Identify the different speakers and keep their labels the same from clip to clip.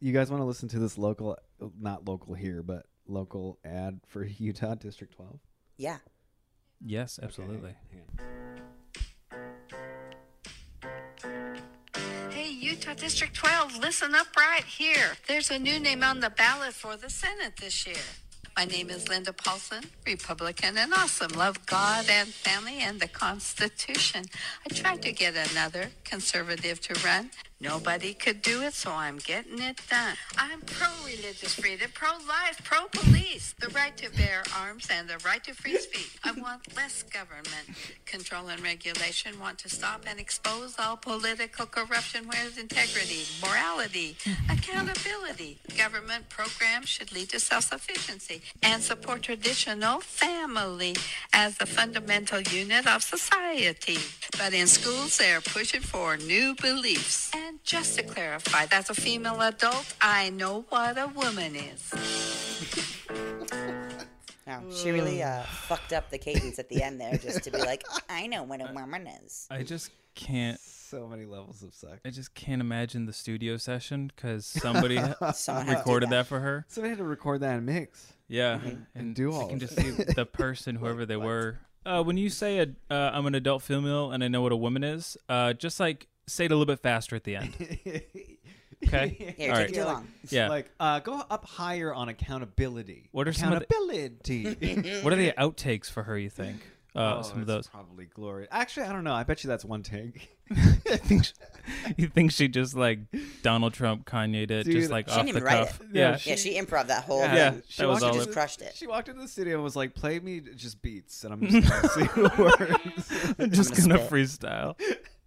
Speaker 1: you guys want to listen to this local, not local here, but local ad for Utah District 12?
Speaker 2: Yeah.
Speaker 3: Yes, absolutely.
Speaker 1: Hang on.
Speaker 4: Hey, Utah District 12, listen up right here. There's a new name on the ballot for the Senate this year. My name is Linda Paulson, Republican and awesome. Love God and family and the Constitution. I tried to get another conservative to run. Nobody could do it, so I'm getting it done. I'm pro religious freedom, pro life, pro police, the right to bear arms, and the right to free speech. I want less government control and regulation, want to stop and expose all political corruption. Where's integrity, morality, accountability? Government programs should lead to self sufficiency and support traditional family as the fundamental unit of society. But in schools, they're pushing for new beliefs. And just to clarify, as a female adult, I know what a woman is.
Speaker 2: Wow. She really uh, fucked up the cadence at the end there just to be like, I know what a woman is.
Speaker 3: I just can't.
Speaker 1: So many levels of suck.
Speaker 3: I just can't imagine the studio session because somebody
Speaker 2: Someone has to do
Speaker 3: recorded that for her.
Speaker 1: So I had to record that and mix.
Speaker 3: Yeah,
Speaker 1: do
Speaker 3: I
Speaker 1: all
Speaker 3: can
Speaker 1: of
Speaker 3: just see
Speaker 1: it.
Speaker 3: the person, whoever they were. Uh, when you say a, uh, I'm an adult female and I know what a woman is, uh, just like say it a little bit faster at the end. Okay.
Speaker 2: Here,
Speaker 3: All
Speaker 2: take
Speaker 3: right.
Speaker 2: it too long.
Speaker 3: Yeah.
Speaker 1: Like, uh, go up higher on accountability.
Speaker 3: What are some of the-
Speaker 1: accountability?
Speaker 3: what are the outtakes for her? You think? Uh,
Speaker 1: Oh,
Speaker 3: some of
Speaker 1: that's
Speaker 3: those.
Speaker 1: probably glory. Actually, I don't know. I bet you that's one take.
Speaker 3: I think she, you think she just like Donald Trump Kanye did,
Speaker 1: Dude,
Speaker 3: just like
Speaker 1: She
Speaker 3: off
Speaker 2: didn't
Speaker 3: the
Speaker 2: even write
Speaker 3: cuff.
Speaker 2: it.
Speaker 1: No,
Speaker 3: yeah,
Speaker 1: she-
Speaker 2: Yeah, she improv that whole
Speaker 3: Yeah.
Speaker 2: thing.
Speaker 3: that
Speaker 1: walked
Speaker 3: was
Speaker 1: into
Speaker 2: She
Speaker 3: all it.
Speaker 2: just
Speaker 1: the-
Speaker 2: crushed it.
Speaker 1: She walked into the studio and was like, "Play me just beats," and I'm just gonna see what works.
Speaker 3: I'm just gonna,
Speaker 2: gonna
Speaker 3: freestyle.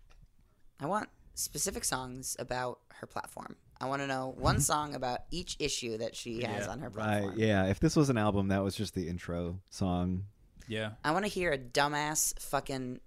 Speaker 2: I want specific songs about her platform. I want to know one song about each issue that she has on her platform.
Speaker 1: Right? Yeah. If this was an album, that was just the intro song.
Speaker 3: Yeah,
Speaker 2: I want to hear a dumbass, fucking,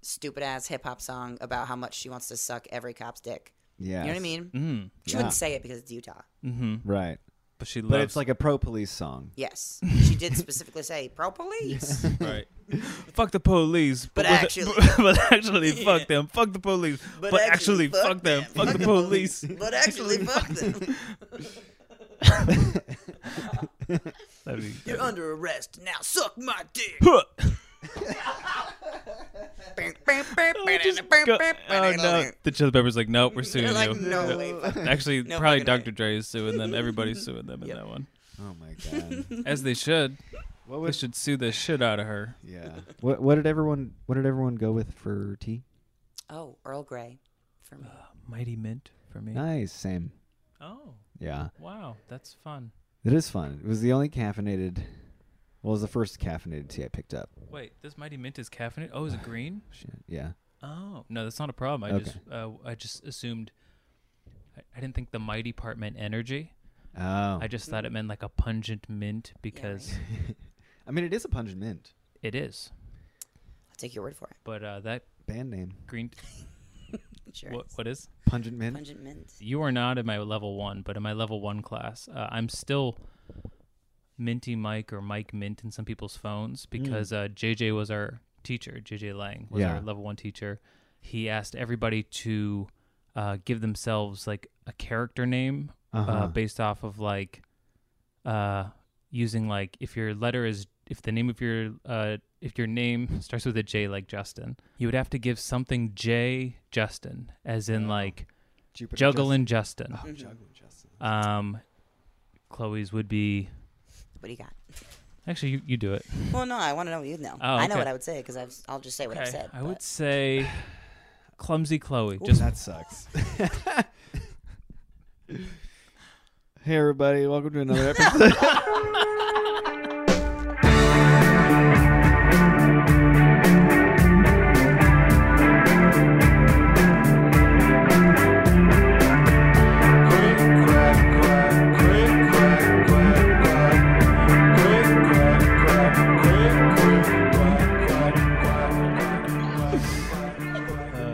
Speaker 2: stupid ass hip hop song about how much she wants to suck every cop's dick.
Speaker 1: Yeah.
Speaker 2: You know what I mean?
Speaker 3: mm,
Speaker 2: She
Speaker 1: Yeah.
Speaker 2: wouldn't say it because it's Utah.
Speaker 1: Right.
Speaker 3: but she loves.
Speaker 1: But it's like a pro police song.
Speaker 2: Yes, she did specifically say pro police.
Speaker 3: right. fuck the police,
Speaker 2: But
Speaker 3: with-
Speaker 2: actually-
Speaker 3: but actually, fuck them. Fuck the police, but, actually, fuck, them. Fuck the police.
Speaker 2: But actually, fuck them.
Speaker 3: That'd be-
Speaker 2: You're under arrest now. Suck my dick.
Speaker 3: I just go- oh no! The Chili Peppers like, nope, we're
Speaker 2: They're
Speaker 3: suing
Speaker 2: like,
Speaker 3: you.
Speaker 2: no way. fuck that."
Speaker 3: Actually,
Speaker 2: No
Speaker 3: probably
Speaker 2: fucking way.
Speaker 3: Dr. Dre is suing them. Everybody's suing them in that one,
Speaker 1: Oh my god.
Speaker 3: as they should.
Speaker 1: What
Speaker 3: They
Speaker 1: was?
Speaker 3: should sue the shit out of her.
Speaker 1: Yeah. What What did everyone What did everyone go with for tea?
Speaker 2: Oh, Earl Grey. For
Speaker 3: Uh,
Speaker 2: me.
Speaker 3: Mighty Mint for me.
Speaker 1: Nice. Same.
Speaker 3: Oh,
Speaker 1: Yeah.
Speaker 3: wow, that's fun.
Speaker 1: It is fun. It was the only caffeinated. Well, it was the first caffeinated tea I picked up.
Speaker 3: Wait, this Mighty Mint is caffeinated. Oh, is it green?
Speaker 1: Shit. Yeah.
Speaker 3: Oh no, that's not a problem. I
Speaker 1: Okay.
Speaker 3: just uh, I just assumed. I, I didn't think the mighty part meant energy.
Speaker 1: Oh.
Speaker 3: I just thought it meant like a pungent mint because
Speaker 1: I mean, it is a pungent mint
Speaker 3: it is.
Speaker 2: I'll take your word for
Speaker 3: But uh, that
Speaker 1: band name.
Speaker 3: green,
Speaker 2: it. Sure.
Speaker 3: what, what is?
Speaker 1: Pungent mint.
Speaker 2: Pungent mint.
Speaker 3: You are not in my level one, but in my level one class, uh, I'm still Minty Mike or Mike Mint in some people's
Speaker 1: Hmm.
Speaker 3: phones because uh, JJ was our teacher. JJ Lang was
Speaker 1: Yeah.
Speaker 3: our level one teacher. He asked everybody to uh, give themselves like a character name uh,
Speaker 1: Uh-huh.
Speaker 3: based off of like uh, using like if your letter is if the name of your uh, if your name starts with a J like Justin, you would have to give something J Justin as in like
Speaker 1: Jupiter
Speaker 3: Juggle and Oh, Justin.
Speaker 2: Mm-hmm.
Speaker 1: Justin. Juggling Justin.
Speaker 3: Um, Chloe's would be
Speaker 2: What do you got?
Speaker 3: actually you, you do it.
Speaker 2: Well, no, I want to know what you know.
Speaker 3: Oh,
Speaker 2: I know
Speaker 3: okay.
Speaker 2: what I would say because I'll just say what I've said.
Speaker 3: I
Speaker 2: but-
Speaker 3: would say clumsy Chloe. Just
Speaker 1: that sucks. hey everybody, welcome to another episode.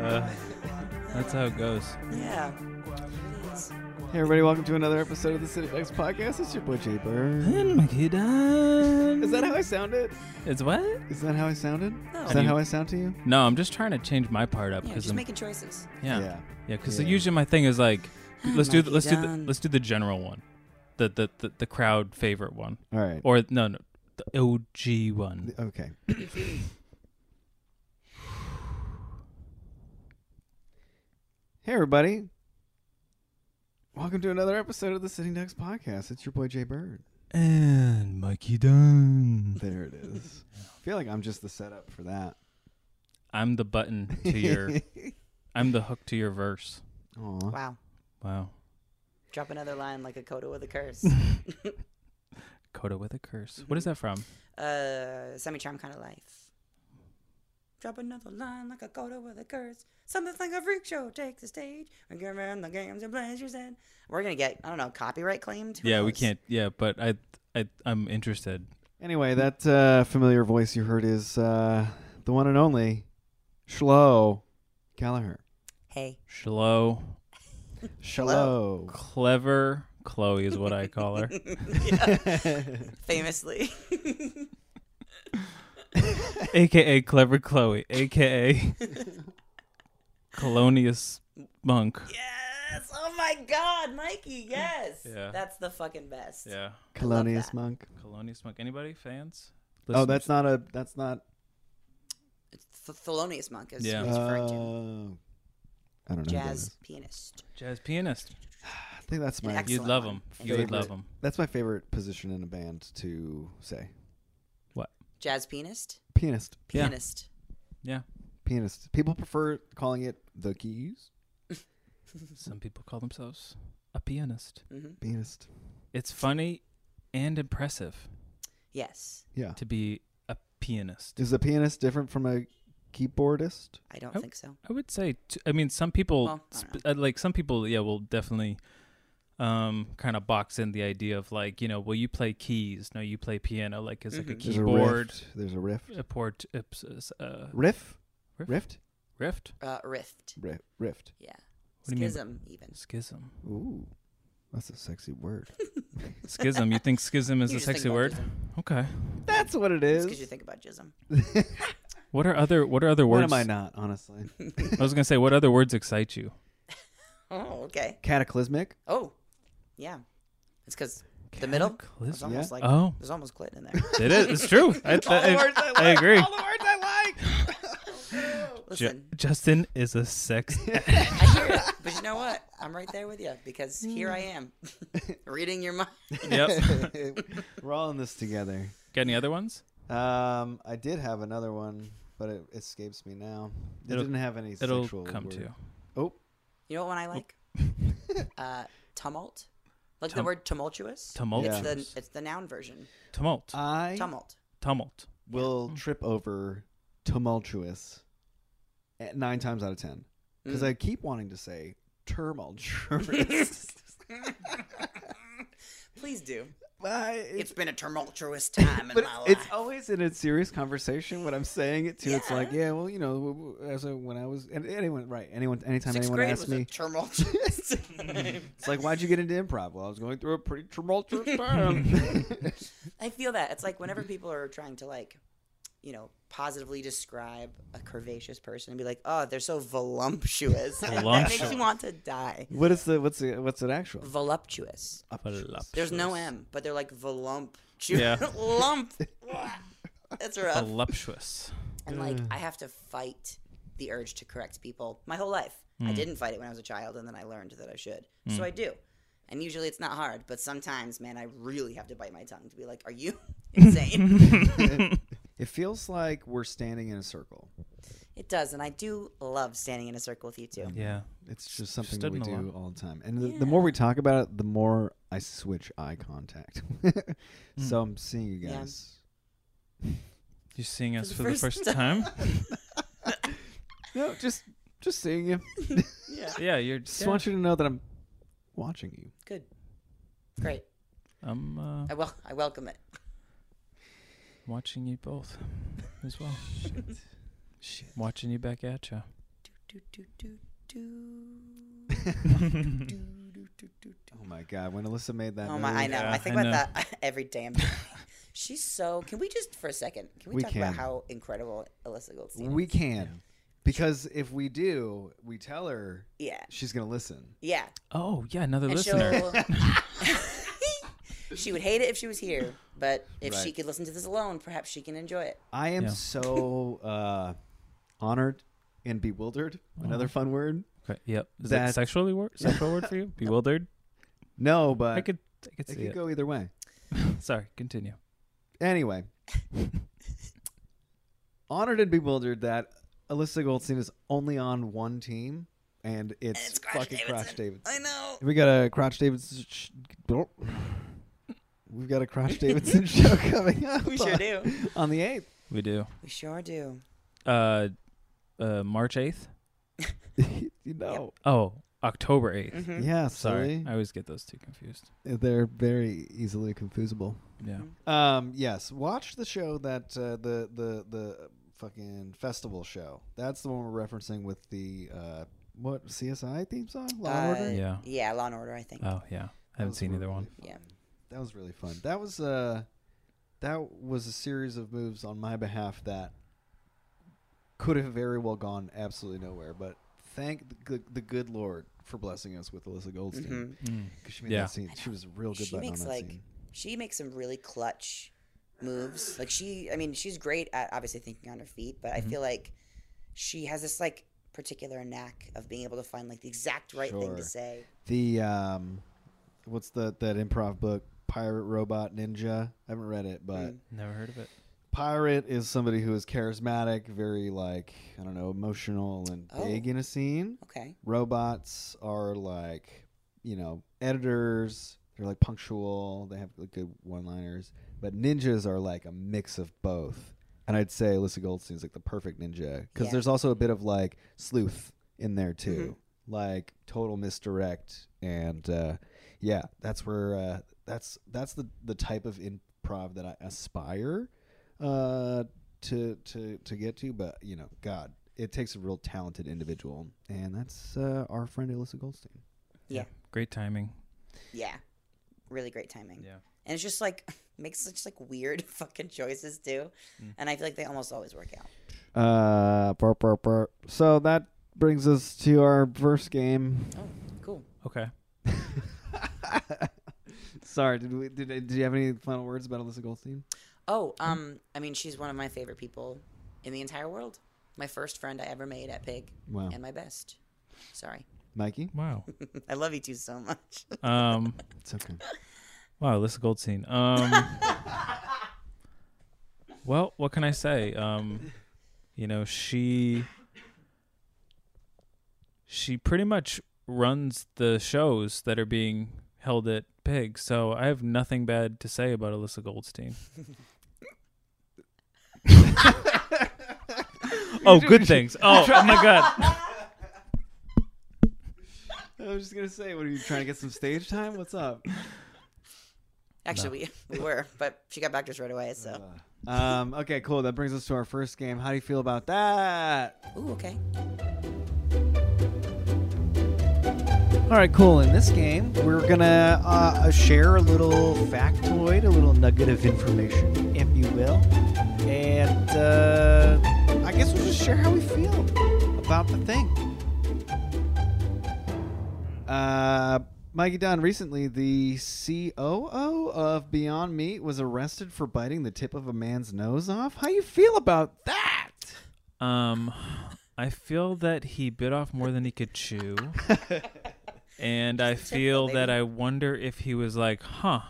Speaker 3: uh, that's how it goes.
Speaker 2: Yeah. It is.
Speaker 1: hey everybody, welcome to another episode of the City Bucks podcast. It's your boy Jay Bird. Is that how I sounded?
Speaker 3: It's what?
Speaker 1: Is that how I sounded?
Speaker 2: No.
Speaker 1: Is that how I sound to you?
Speaker 3: No, I'm just trying to change my part up
Speaker 2: Yeah,
Speaker 3: because
Speaker 2: just
Speaker 3: I'm
Speaker 2: making choices.
Speaker 3: yeah
Speaker 1: Yeah.
Speaker 3: yeah because
Speaker 1: Yeah.
Speaker 3: usually my thing is like Let's do the,
Speaker 2: Mikey
Speaker 3: let's do the,
Speaker 2: Dunn.
Speaker 3: let's do the general one, the the the, the crowd favorite one,
Speaker 1: All right.
Speaker 3: or no no the OG one.
Speaker 1: Okay. hey, everybody. Welcome to another episode of the Sitting Ducks podcast. It's your boy Jay Bird.
Speaker 3: And Mikey Dunn.
Speaker 1: There it is. I feel like I'm just the setup for that.
Speaker 3: I'm the button to your. I'm the hook to your verse.
Speaker 1: Aw.
Speaker 2: Wow.
Speaker 3: Wow.
Speaker 2: Drop another line like a coda with a curse.
Speaker 3: Coda with a curse. What is that from?
Speaker 2: uh, semi charm kind of life. Drop another line like a coda with a curse. Something like a freak show takes the stage. We give them the games and pleasures and we're gonna get I don't know copyright claimed. Who
Speaker 3: Yeah, we
Speaker 2: knows?
Speaker 3: can't. Yeah, but I I I'm interested.
Speaker 1: Anyway, that uh, familiar voice you heard is uh, the one and only Shlo Gallagher.
Speaker 2: Hey,
Speaker 3: Shlo,
Speaker 1: Shlo.
Speaker 3: clever Chloe is what I call her.
Speaker 2: famously.
Speaker 3: aka clever chloe aka colonius monk
Speaker 2: yes. Oh my God, Mikey. Yes.
Speaker 3: Yeah.
Speaker 2: That's the fucking best.
Speaker 3: yeah
Speaker 1: Colonius Monk.
Speaker 3: colonius monk anybody fans
Speaker 1: Oh, that's not a. That's not.
Speaker 2: Th- Thelonious Monk is
Speaker 3: Yeah.
Speaker 2: who he's referring to.
Speaker 1: Oh. I don't know. who that
Speaker 2: Jazz
Speaker 1: is.
Speaker 2: pianist.
Speaker 3: jazz pianist
Speaker 1: I think that's my.
Speaker 2: Excellent
Speaker 3: you'd love
Speaker 2: one.
Speaker 3: him you would
Speaker 1: Favorite.
Speaker 3: love him
Speaker 1: That's my favorite position in a band to say.
Speaker 2: Jazz pianist.
Speaker 1: Pianist.
Speaker 3: Yeah.
Speaker 2: Pianist.
Speaker 3: yeah
Speaker 1: Pianist. People prefer calling it the keys.
Speaker 3: some people call themselves a pianist
Speaker 2: hmm
Speaker 1: Pianist.
Speaker 3: it's funny and impressive
Speaker 2: Yes.
Speaker 1: Yeah.
Speaker 3: to be a pianist
Speaker 1: Is a pianist different from a keyboardist?
Speaker 2: I don't
Speaker 3: Oh.
Speaker 2: think so.
Speaker 3: i would say t- I mean some people
Speaker 2: Well, I don't
Speaker 3: sp- uh, like some people yeah will definitely um kind of box in the idea of like you know well you play keys no you play piano like it's like a
Speaker 2: Mhm.
Speaker 1: There's a
Speaker 3: keyboard
Speaker 1: rift. There's a rift.
Speaker 3: a port a ps- s- uh,
Speaker 1: Riff.
Speaker 3: Riff?
Speaker 1: Rift.
Speaker 3: rift
Speaker 2: Uh, rift.
Speaker 1: Rift. Rift.
Speaker 2: Yeah.
Speaker 3: What do you mean?
Speaker 2: Schism, even.
Speaker 3: schism
Speaker 1: Ooh, that's a sexy word.
Speaker 3: schism you think schism is
Speaker 2: You
Speaker 3: a
Speaker 2: just think
Speaker 3: sexy
Speaker 2: about
Speaker 3: word
Speaker 2: jism.
Speaker 3: okay
Speaker 1: that's what it
Speaker 2: It's because you
Speaker 1: is.
Speaker 2: think about jism.
Speaker 3: what are other what are other
Speaker 1: What
Speaker 3: words
Speaker 1: am I not? Honestly,
Speaker 3: I was gonna say what other words excite you
Speaker 2: Oh, okay.
Speaker 1: cataclysmic.
Speaker 2: Oh, yeah. It's because the middle. It's
Speaker 3: Cataclysm.
Speaker 2: almost
Speaker 1: Yeah.
Speaker 2: like
Speaker 3: Oh.
Speaker 2: there's almost clit in there.
Speaker 3: it is it's true I, I- I agree
Speaker 1: words I like.
Speaker 3: Ju-
Speaker 2: Listen,
Speaker 3: Justin is a sex
Speaker 2: I hear it, but you know what? I'm right there with you because here I am, reading your mind.
Speaker 3: yep
Speaker 1: We're all in this together.
Speaker 3: got any other ones
Speaker 1: Um, I did have another one, but it escapes me now. It
Speaker 3: It'll-
Speaker 1: didn't have any
Speaker 3: it'll
Speaker 1: sexual.
Speaker 3: come
Speaker 1: word.
Speaker 3: to you
Speaker 1: Oh,
Speaker 2: You know what one I like? Uh, tumult, like the
Speaker 3: Tum-
Speaker 2: word tumultuous.
Speaker 3: tumult
Speaker 1: Yeah. Uh,
Speaker 2: It's the it's the noun version.
Speaker 3: tumult
Speaker 1: I
Speaker 2: Tumult.
Speaker 3: tumult
Speaker 1: will trip over tumultuous at nine times out of ten because I keep wanting to say tumultuous.
Speaker 2: Please do.
Speaker 1: I-
Speaker 2: It's oh,
Speaker 1: it's,
Speaker 2: been a tumultuous time in
Speaker 1: but
Speaker 2: my life.
Speaker 1: it's always in a serious conversation when I'm saying it too. It's like, yeah, well, you know, w- w- as a, when I was and anyone, right? Anyone, anytime
Speaker 2: Sixth
Speaker 1: anyone
Speaker 2: grade
Speaker 1: asks
Speaker 2: was a
Speaker 1: me,
Speaker 2: tumultuous time.
Speaker 1: it's like, why'd you get into improv? Well, I was going through a pretty tumultuous time.
Speaker 2: I feel that. It's like whenever people are trying to like, you know, positively describe a curvaceous person and be like, "Oh, they're so voluptuous." And that makes
Speaker 3: Voluptuous.
Speaker 2: you want to die.
Speaker 1: what is the what's the, what's it actual?
Speaker 2: Voluptuous. There's
Speaker 3: voluptuous
Speaker 2: no M, but they're like volump.
Speaker 3: Yeah.
Speaker 2: Lump. That's rough.
Speaker 3: voluptuous
Speaker 2: and like I have to fight the urge to correct people my whole life. I didn't fight it when I was a child, and then I learned that I should. So I do. And usually it's not hard, but sometimes, man, I really have to bite my tongue to be like, "Are you insane?"
Speaker 1: It feels like we're standing in a circle.
Speaker 2: it does, and I do love standing in a circle with you two.
Speaker 3: yeah
Speaker 1: It's just something that
Speaker 3: stood
Speaker 1: we
Speaker 3: in a
Speaker 1: do
Speaker 3: lot.
Speaker 1: all the time. And the, the more we talk about it, the more I switch eye contact.
Speaker 3: Hmm.
Speaker 1: so I'm seeing you
Speaker 2: Yeah.
Speaker 1: guys.
Speaker 3: you seeing us
Speaker 2: the
Speaker 3: for the
Speaker 2: first
Speaker 3: first time
Speaker 1: No, just just seeing you.
Speaker 2: Yeah.
Speaker 3: yeah you're
Speaker 1: Just
Speaker 3: yeah.
Speaker 1: want you to know that I'm watching you.
Speaker 2: Good. Great.
Speaker 3: I'm uh,
Speaker 2: I wel- I welcome it.
Speaker 3: watching you both as well. Watching you back at you.
Speaker 2: Do, do, do, do.
Speaker 1: Oh my god, when Alyssa made that
Speaker 2: Oh my! I
Speaker 1: move-
Speaker 2: know.
Speaker 3: Yeah,
Speaker 2: I think
Speaker 3: I
Speaker 2: about
Speaker 3: know.
Speaker 2: that every damn day. She's so. Can we just for a second? Can we,
Speaker 1: We
Speaker 2: talk
Speaker 1: can.
Speaker 2: about how incredible Alyssa Goldstein?
Speaker 1: we can. Because if we do, we tell her
Speaker 2: Yeah.
Speaker 1: she's gonna listen.
Speaker 2: Yeah.
Speaker 3: Oh, yeah, another
Speaker 2: And
Speaker 3: listener.
Speaker 2: she'll. she would hate it if she was here, but if she
Speaker 1: Right.
Speaker 2: could listen to this alone, perhaps she can enjoy it.
Speaker 1: I am
Speaker 3: Yeah.
Speaker 1: so uh, honored and bewildered. Another fun word.
Speaker 3: Okay, yep. Is that
Speaker 1: That-
Speaker 3: sexually word? Sexual word for you? Bewildered?
Speaker 1: No, but
Speaker 3: I could, I
Speaker 1: Uh,
Speaker 3: could
Speaker 1: it
Speaker 3: see
Speaker 1: could
Speaker 3: it.
Speaker 1: go either way.
Speaker 3: Sorry, continue.
Speaker 1: Anyway, honored and bewildered that Alyssa Goldstein is only on one team, and it's,
Speaker 2: it's Crotch
Speaker 1: fucking
Speaker 2: Davidson.
Speaker 1: Crotch Davidson.
Speaker 2: I know.
Speaker 1: We got a Crotch Davidson. Sh- We've got a Crotch Davidson show coming up.
Speaker 2: We sure
Speaker 1: on-
Speaker 2: do.
Speaker 1: On the 8th.
Speaker 3: We do.
Speaker 2: We sure do.
Speaker 3: Uh, uh, March 8th?
Speaker 1: you know.
Speaker 3: Oh, October 8th.
Speaker 2: Mm-hmm.
Speaker 1: Yeah,
Speaker 3: Sorry.
Speaker 1: sorry.
Speaker 3: I always get those two confused.
Speaker 1: They're very easily confusable.
Speaker 3: Yeah.
Speaker 1: Um, yes, watch the show that uh, the the the fucking festival show. That's the one we're referencing with the uh, what CSI theme song, Law and
Speaker 2: Uh,
Speaker 1: Order.
Speaker 3: Yeah.
Speaker 2: Yeah, Law and Order, I think.
Speaker 3: Oh, yeah. I haven't
Speaker 1: was
Speaker 3: seen either
Speaker 1: really
Speaker 3: one.
Speaker 1: fun.
Speaker 2: yeah.
Speaker 1: That was really fun. That was uh, that was a series of moves on my behalf that could have very well gone absolutely nowhere, but thank the good, the good Lord for blessing us with Alyssa Goldstein because
Speaker 3: Mm.
Speaker 1: she made
Speaker 3: Yeah.
Speaker 1: that scene. She was a real good
Speaker 2: Mm-hmm. she
Speaker 1: button
Speaker 2: makes
Speaker 1: on that
Speaker 2: like
Speaker 1: scene.
Speaker 2: she makes some really clutch moves like she i mean she's great at obviously thinking on her feet but
Speaker 1: Mm-hmm.
Speaker 2: i feel like she has this like particular knack of being able to find like the exact right thing to
Speaker 1: Sure.
Speaker 2: say
Speaker 1: the um what's the that improv book pirate robot ninja i haven't read it but
Speaker 2: Mm.
Speaker 3: Never heard of it.
Speaker 1: pirate is somebody who is charismatic very like i don't know emotional and
Speaker 2: Oh.
Speaker 1: big in a scene
Speaker 2: okay
Speaker 1: robots are like you know editors they're like punctual they have like, good one liners but ninjas are like a mix of both and i'd say alyssa goldstein's like the perfect ninja because
Speaker 2: Yeah.
Speaker 1: there's also a bit of like sleuth in there too like total misdirect and uh, yeah that's where uh, that's that's the the type of improv that i aspire uh, to to to get to, but you know, God, it takes a real talented individual, and that's uh, our friend Alyssa Goldstein.
Speaker 2: yeah
Speaker 3: Great timing.
Speaker 2: yeah really great timing
Speaker 3: Yeah.
Speaker 2: and it's just like makes such like weird fucking choices too and i feel like they almost always work out
Speaker 1: Uh, burp, burp, burp. so that brings us to our first game.
Speaker 2: oh cool
Speaker 3: Okay.
Speaker 1: Sorry, did we did, did you have any final words about Alyssa Goldstein?
Speaker 2: oh um i mean she's one of my favorite people in the entire world my first friend i ever made at pig
Speaker 1: Wow.
Speaker 2: and my best sorry
Speaker 1: Mikey,
Speaker 3: Wow.
Speaker 2: I love you two so much.
Speaker 3: Um.
Speaker 1: it's okay.
Speaker 3: Wow, Alyssa Goldstein. Um, well, what can I say? Um, you know, she she pretty much runs the shows that are being held at Pig, so I have nothing bad to say about Alyssa Goldstein. oh, good things. Oh, oh my God.
Speaker 1: I was just gonna say, what are you trying to get some stage time? What's up?
Speaker 2: Actually, we, we were, but she got back to us right away. So,
Speaker 1: Um, okay, cool. That brings us to our first game. How do you feel about that?
Speaker 2: ooh, okay.
Speaker 1: All right, cool. In this game, we're gonna uh, share a little factoid, a little nugget of information, if you will, and uh, I guess we'll just share how we feel about the thing. Uh, Mikey Dunn recently, the COO of Beyond Meat, was arrested for biting the tip of a man's nose off. How you feel about that?
Speaker 3: Um, I feel that he bit off more than he could chew, and I feel that I wonder if he was like, "Huh,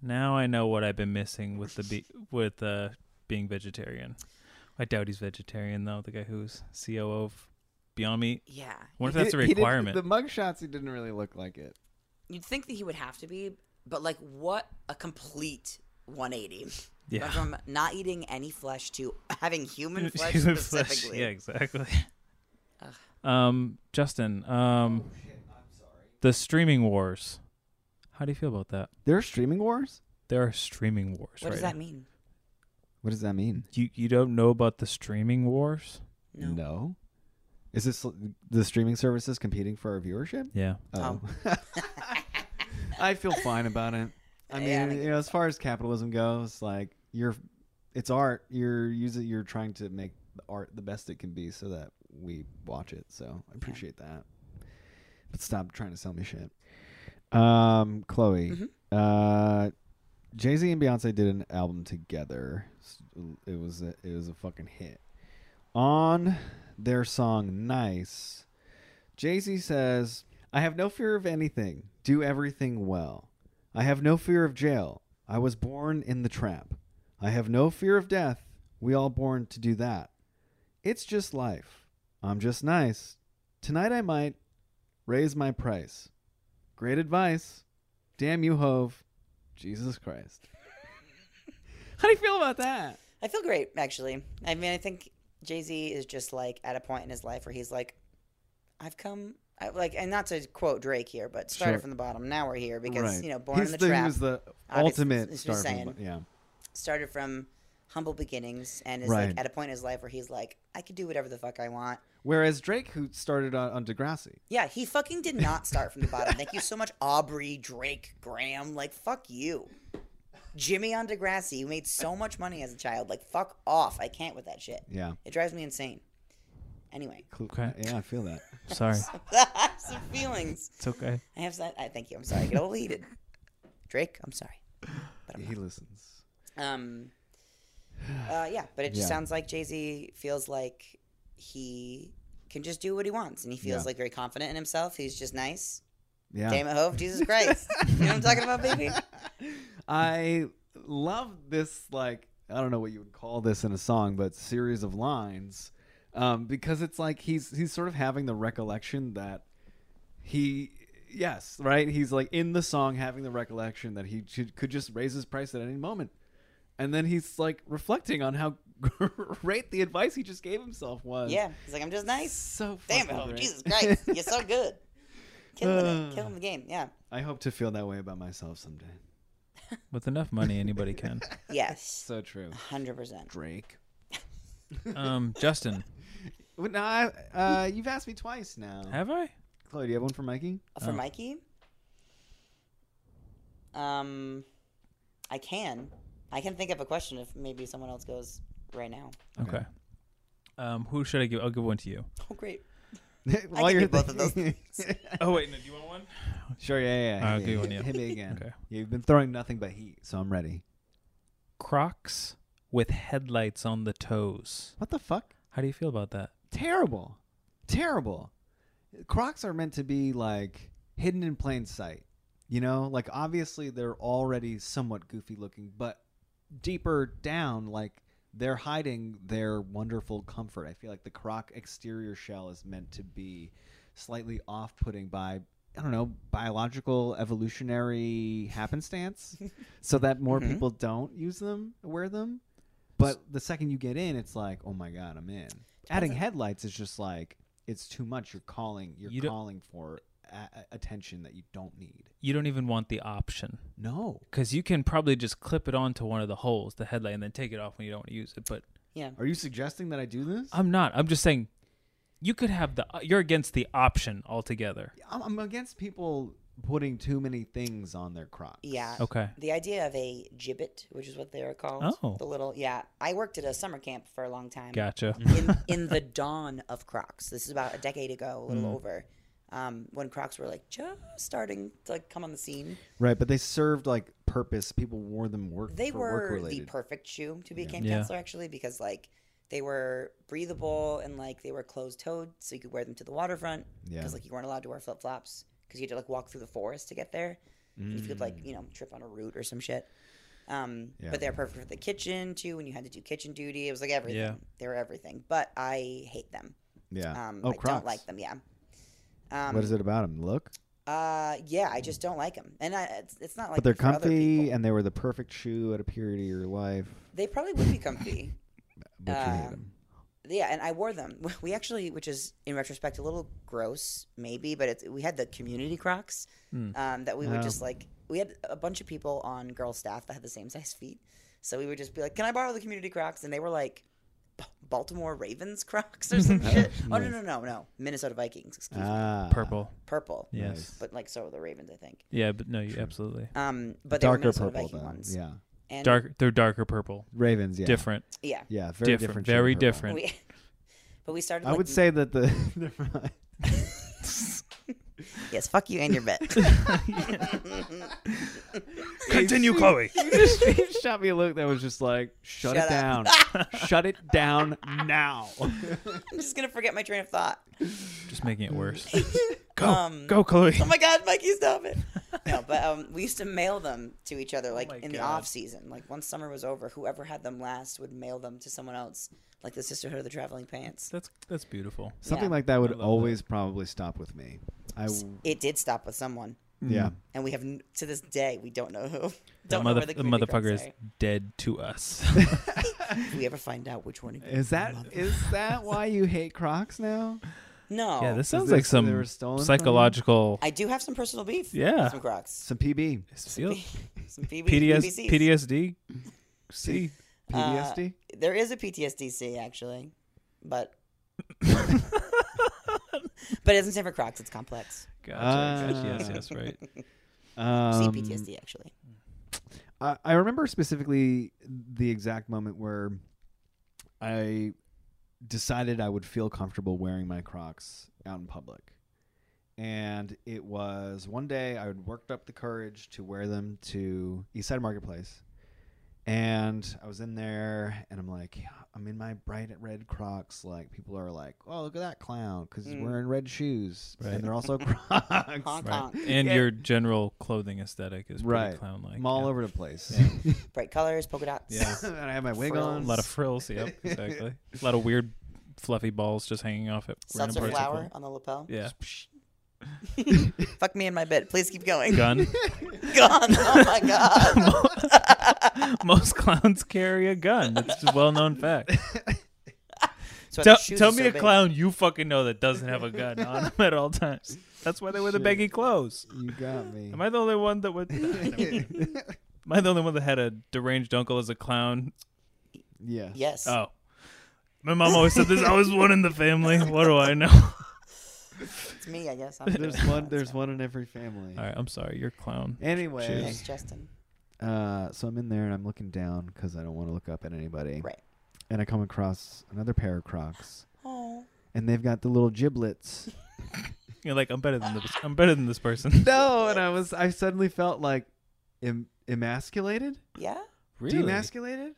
Speaker 3: now I know what I've been missing with the be- with uh, being vegetarian." I doubt he's vegetarian though. The guy who's COO of Beyond Meat.
Speaker 2: Yeah.
Speaker 3: I wonder if that's a
Speaker 1: He didn't-
Speaker 3: requirement.
Speaker 1: The mugshots, he didn't really look like it.
Speaker 2: You'd think that he would have to be, but like, what a complete 180.
Speaker 3: Yeah.
Speaker 2: Went From not eating any flesh to having human flesh
Speaker 3: Human flesh.
Speaker 2: specifically.
Speaker 3: Yeah, exactly. Um, Justin. Um, the streaming wars. How do you feel about that?
Speaker 1: There are streaming wars.
Speaker 3: There are streaming wars.
Speaker 2: What
Speaker 3: right
Speaker 2: does
Speaker 3: now.
Speaker 2: that mean?
Speaker 1: What does that mean?
Speaker 3: You you don't know about the streaming wars?
Speaker 2: No.
Speaker 1: Is this the streaming services competing for our viewership?
Speaker 3: Yeah.
Speaker 1: Oh. I feel fine about it. I mean,
Speaker 2: Yeah.
Speaker 1: you know, as far as capitalism goes, like you're, it's art. You're using, you're trying to make the art the best it can be so that we watch it. So I appreciate that. But stop trying to sell me shit. Um, Chloe, uh, Jay Z and Beyonce did an album together. S- It was a, it was a fucking hit. On their song "Nice," Jay Z says, "I have no fear of anything. Do everything well. I have no fear of jail. I was born in the trap. I have no fear of death. We all born to do that. It's just life. I'm just nice. Tonight I might raise my price. Great advice. Damn you, Hove. Jesus Christ. How do you feel about that?
Speaker 2: I feel great, actually. I mean, I think Jay Z is just like at a point in his life where he's like, I've come, I, like, and not to quote Drake here, but started
Speaker 1: Sure.
Speaker 2: from the bottom. Now we're here because, you know, born
Speaker 1: He's
Speaker 2: in the, trap.
Speaker 1: He was the
Speaker 2: Obviously,
Speaker 1: ultimate
Speaker 2: it's just
Speaker 1: star.
Speaker 2: saying.
Speaker 1: from- yeah.
Speaker 2: started from humble beginnings and is
Speaker 1: Right.
Speaker 2: like at a point in his life where he's like, I could do whatever the fuck I want.
Speaker 1: Whereas Drake, who started on, on Degrassi,
Speaker 2: Yeah, he fucking did not start from the bottom. Thank you so much, Aubrey, Drake, Graham. Like, fuck you. Jimmy on Degrassi, who made so much money as a child. Like, fuck off. I can't with that shit.
Speaker 1: yeah,
Speaker 2: It drives me insane. Anyway,
Speaker 1: Cl-
Speaker 5: Okay.
Speaker 1: yeah, I feel that.
Speaker 5: Sorry.
Speaker 2: some feelings.
Speaker 5: It's okay.
Speaker 2: I have some. I thank you. I'm sorry. I get all heated. Drake, I'm sorry.
Speaker 1: He listens.
Speaker 2: Um, uh, yeah, but it
Speaker 1: Yeah.
Speaker 2: just sounds like Jay Z feels like he can just do what he wants, and he feels
Speaker 1: Yeah.
Speaker 2: like very confident in himself. He's just nice.
Speaker 1: Yeah,
Speaker 2: Damn it, Hove, Jesus Christ! you know what I'm talking about, baby?
Speaker 1: I love this like I don't know what you would call this in a song, but series of lines um, because it's like he's he's sort of having the recollection that he yes right he's like in the song having the recollection that he should, could just raise his price at any moment, and then he's like reflecting on how great the advice he just gave himself was.
Speaker 2: Yeah, he's like, I'm just nice.
Speaker 1: So
Speaker 2: Damn it,
Speaker 1: fucking
Speaker 2: Hove,
Speaker 1: great. Uh.
Speaker 2: Jesus Christ! You're so good. Killing it, killing the game. Yeah,
Speaker 1: I hope to feel that way about myself someday.
Speaker 5: With enough money, anybody can.
Speaker 2: yes,
Speaker 1: So true.
Speaker 2: hundred percent.
Speaker 1: Drake.
Speaker 5: Um, Justin,
Speaker 1: Well, now I, uh, you've asked me twice now.
Speaker 5: have I?
Speaker 1: Chloe, do you have one for Mikey?
Speaker 2: For Mikey, um, I can, I can think of a question if maybe someone else goes right now.
Speaker 5: Okay. Um, who should I give? I'll give one to you.
Speaker 2: Oh, great.
Speaker 1: While
Speaker 2: can do
Speaker 1: you're
Speaker 2: both of those
Speaker 1: thinking-
Speaker 5: Oh wait, no, do you want one?
Speaker 1: sure, yeah, yeah. yeah.
Speaker 5: All right,
Speaker 1: Hit
Speaker 5: good
Speaker 1: me-
Speaker 5: one, yeah.
Speaker 1: Hit me again.
Speaker 5: Okay.
Speaker 1: You've been throwing nothing but heat, so I'm ready.
Speaker 5: Crocs with headlights on the toes.
Speaker 1: What the fuck?
Speaker 5: How do you feel about that?
Speaker 1: Terrible. Terrible. Crocs are meant to be like hidden in plain sight. You know, like obviously they're already somewhat goofy looking, but deeper down, like they're hiding their wonderful comfort. I feel like the Croc exterior shell is meant to be slightly off putting by, I don't know, biological evolutionary happenstance so that more
Speaker 5: Mm-hmm.
Speaker 1: people don't use them, wear them. But the second you get in, it's like, oh my God, I'm in. Adding headlights is just like, it's too much. You're calling, you're
Speaker 5: You don't-
Speaker 1: calling for a- a- attention that you don't need.
Speaker 5: You don't even want the option
Speaker 1: No.
Speaker 5: because you can probably just clip it onto one of the holes, the headlight, and then take it off when you don't want to use it. But
Speaker 2: Yeah.
Speaker 1: Are you suggesting that I do this?
Speaker 5: I'm not. I'm just saying, you could have the. You're against the option altogether.
Speaker 1: I'm, I'm against people putting too many things on their Crocs.
Speaker 2: Yeah.
Speaker 5: Okay.
Speaker 2: The idea of a gibbet, which is what they are called.
Speaker 5: Oh.
Speaker 2: The little, yeah. I worked at a summer camp for a long time.
Speaker 5: Gotcha.
Speaker 2: In, in the dawn of Crocs. This is about a decade ago, a little
Speaker 5: Hmm.
Speaker 2: over, um, when Crocs were like just starting to like come on the scene.
Speaker 1: Right, but they served like purpose. People wore them work.
Speaker 2: They
Speaker 1: for
Speaker 2: were the
Speaker 1: work-related.
Speaker 2: perfect shoe to be a camp
Speaker 5: Yeah.
Speaker 2: counselor, actually, because like they were breathable and like they were closed toed, so you could wear them to the waterfront.
Speaker 1: Yeah.
Speaker 2: Because like you weren't allowed to wear flip flops because you had to like walk through the forest to get there. And You could
Speaker 1: Mm,
Speaker 2: like you know trip on a root or some shit. Um,
Speaker 1: Yeah.
Speaker 2: But they're perfect for the kitchen too. When you had to do kitchen duty, it was like everything.
Speaker 5: Yeah.
Speaker 2: They were everything. But I hate them.
Speaker 1: yeah.
Speaker 2: Um,
Speaker 1: oh,
Speaker 2: I
Speaker 1: Crocs.
Speaker 2: don't like them. Yeah. Um,
Speaker 1: What is it about them? Look,
Speaker 2: Uh, yeah, I just don't like them, and I, it's, it's not like
Speaker 1: but they're
Speaker 2: for other
Speaker 1: comfy
Speaker 2: people.
Speaker 1: and they were the perfect shoe at a period of your life.
Speaker 2: They probably would be comfy.
Speaker 1: But you hate
Speaker 2: Uh,
Speaker 1: them.
Speaker 2: Yeah, and I wore them. We actually, which is in retrospect a little gross, maybe, but it's, we had the community Crocs um, that we would
Speaker 1: Oh.
Speaker 2: just like. We had a bunch of people on girl staff that had the same size feet, so we would just be like, "Can I borrow the community Crocs?" And they were like, "B- "Baltimore Ravens Crocs" or some shit. Oh no, no, no, no, Minnesota Vikings. Excuse me,
Speaker 1: Ah,
Speaker 5: Purple.
Speaker 2: purple.
Speaker 5: Yes.
Speaker 1: nice.
Speaker 2: but like so were the Ravens, I think.
Speaker 5: Yeah, but no, you absolutely.
Speaker 2: Um, but they were
Speaker 1: darker
Speaker 2: Minnesota
Speaker 1: purple.
Speaker 2: Viking
Speaker 1: then.
Speaker 2: ones.
Speaker 1: Yeah.
Speaker 2: And
Speaker 3: Dark. They're darker purple.
Speaker 1: Ravens, yeah,
Speaker 3: different,
Speaker 2: Yeah.
Speaker 1: yeah, very different,
Speaker 3: different,
Speaker 1: shade of
Speaker 3: very
Speaker 1: purple.
Speaker 3: different.
Speaker 2: We, but we started.
Speaker 1: I
Speaker 2: like,
Speaker 1: would say that the never mind.
Speaker 2: yes. Fuck you and your bet.
Speaker 3: Continue, Chloe.
Speaker 1: He shot me a look that was just like, shut,
Speaker 2: Shut
Speaker 1: it down, shut it down now.
Speaker 2: I'm just gonna forget my train of thought.
Speaker 3: Just making it worse.
Speaker 1: Go,
Speaker 2: Um,
Speaker 1: go, Chloe.
Speaker 2: Oh my God, Mikey, stop it! No, but um, we used to mail them to each other, like
Speaker 3: Oh my
Speaker 2: in the
Speaker 3: God.
Speaker 2: off season. Like once summer was over, whoever had them last would mail them to someone else, like the Sisterhood of the Traveling Pants.
Speaker 3: That's that's beautiful.
Speaker 1: Something
Speaker 2: Yeah.
Speaker 1: like that would
Speaker 3: love that.
Speaker 1: always probably stop with me. I w-
Speaker 2: It did stop with someone,
Speaker 1: yeah.
Speaker 2: and we have n- to this day we don't know who.
Speaker 3: That
Speaker 2: Don't know
Speaker 3: mother,
Speaker 2: where
Speaker 3: the,
Speaker 2: the, creepy
Speaker 3: motherfucker
Speaker 2: crabs
Speaker 3: is
Speaker 2: are.
Speaker 3: dead to us.
Speaker 2: If we ever find out which one. It is.
Speaker 1: Is that is that why you hate Crocs now?
Speaker 2: No.
Speaker 3: yeah, this sounds
Speaker 1: Oh, this
Speaker 3: like
Speaker 1: when they were
Speaker 3: some
Speaker 1: stolen from you?
Speaker 3: psychological
Speaker 2: I do have some personal beef.
Speaker 3: Yeah.
Speaker 2: Some Crocs.
Speaker 1: Some PB,
Speaker 3: feel-
Speaker 2: Some PB-
Speaker 3: PDS,
Speaker 2: PBCs.
Speaker 3: PTSD. See,
Speaker 1: PTSD.
Speaker 2: There is a PTSDC actually, but but it doesn't stand for Crocs. It's complex.
Speaker 3: gotcha,
Speaker 1: Ah.
Speaker 3: gotcha. Yes, yes, right.
Speaker 2: Uh, See
Speaker 1: Um,
Speaker 2: PTSD actually.
Speaker 1: I, I remember specifically the exact moment where I decided I would feel comfortable wearing my Crocs out in public. And it was one day I had worked up the courage to wear them to Eastside Marketplace. And I was in there and I'm like, yeah, I'm in my bright red Crocs. Like, people are like, oh, look at that clown because he's
Speaker 2: Mm.
Speaker 1: wearing red shoes.
Speaker 3: Right.
Speaker 1: And they're also Crocs.
Speaker 2: Honk
Speaker 3: Right.
Speaker 2: honk.
Speaker 3: And
Speaker 1: Yeah.
Speaker 3: your general clothing aesthetic is pretty
Speaker 1: Right.
Speaker 3: clown-like.
Speaker 1: I'm all
Speaker 3: yeah.
Speaker 1: over the place.
Speaker 2: Bright colors, polka dots.
Speaker 3: Yeah.
Speaker 1: and I have my wig
Speaker 2: Frills.
Speaker 1: on.
Speaker 3: A lot of frills. Yep, exactly. A lot of weird, fluffy balls just hanging off at
Speaker 2: Seltzer
Speaker 3: random parts of
Speaker 2: flower
Speaker 3: clothes.
Speaker 2: on the lapel.
Speaker 3: Yeah,
Speaker 2: Fuck me in my bed. Please keep going.
Speaker 3: gun.
Speaker 2: Gone. Oh my god.
Speaker 3: Most clowns carry a gun. That's a well-known fact.
Speaker 2: So
Speaker 3: tell
Speaker 2: the shoes
Speaker 3: tell
Speaker 2: are
Speaker 3: me
Speaker 2: so
Speaker 3: a
Speaker 2: big.
Speaker 3: clown you fucking know that doesn't have a gun on him at all times. That's why they wear the baggy clothes.
Speaker 1: You got me.
Speaker 3: Am I the only one that would? Am I the only one that had a deranged uncle as a clown?
Speaker 1: yeah.
Speaker 2: Yes.
Speaker 3: Oh, my mom always said there's always one in the family. What do I know? all
Speaker 2: It's me, I guess.
Speaker 1: There's one. There's one in every family.
Speaker 3: right, I'm sorry, you're a clown.
Speaker 1: Anyway,
Speaker 2: Thanks, Justin.
Speaker 1: uh, so I'm in there and I'm looking down because I don't want to look up at anybody.
Speaker 2: Right.
Speaker 1: And I come across another pair of Crocs,
Speaker 2: Oh.
Speaker 1: and they've got the little giblets.
Speaker 3: You're like I'm better than this. I'm better than this person.
Speaker 1: no, and I was. I suddenly felt like em- emasculated,
Speaker 2: Yeah.
Speaker 1: demasculated,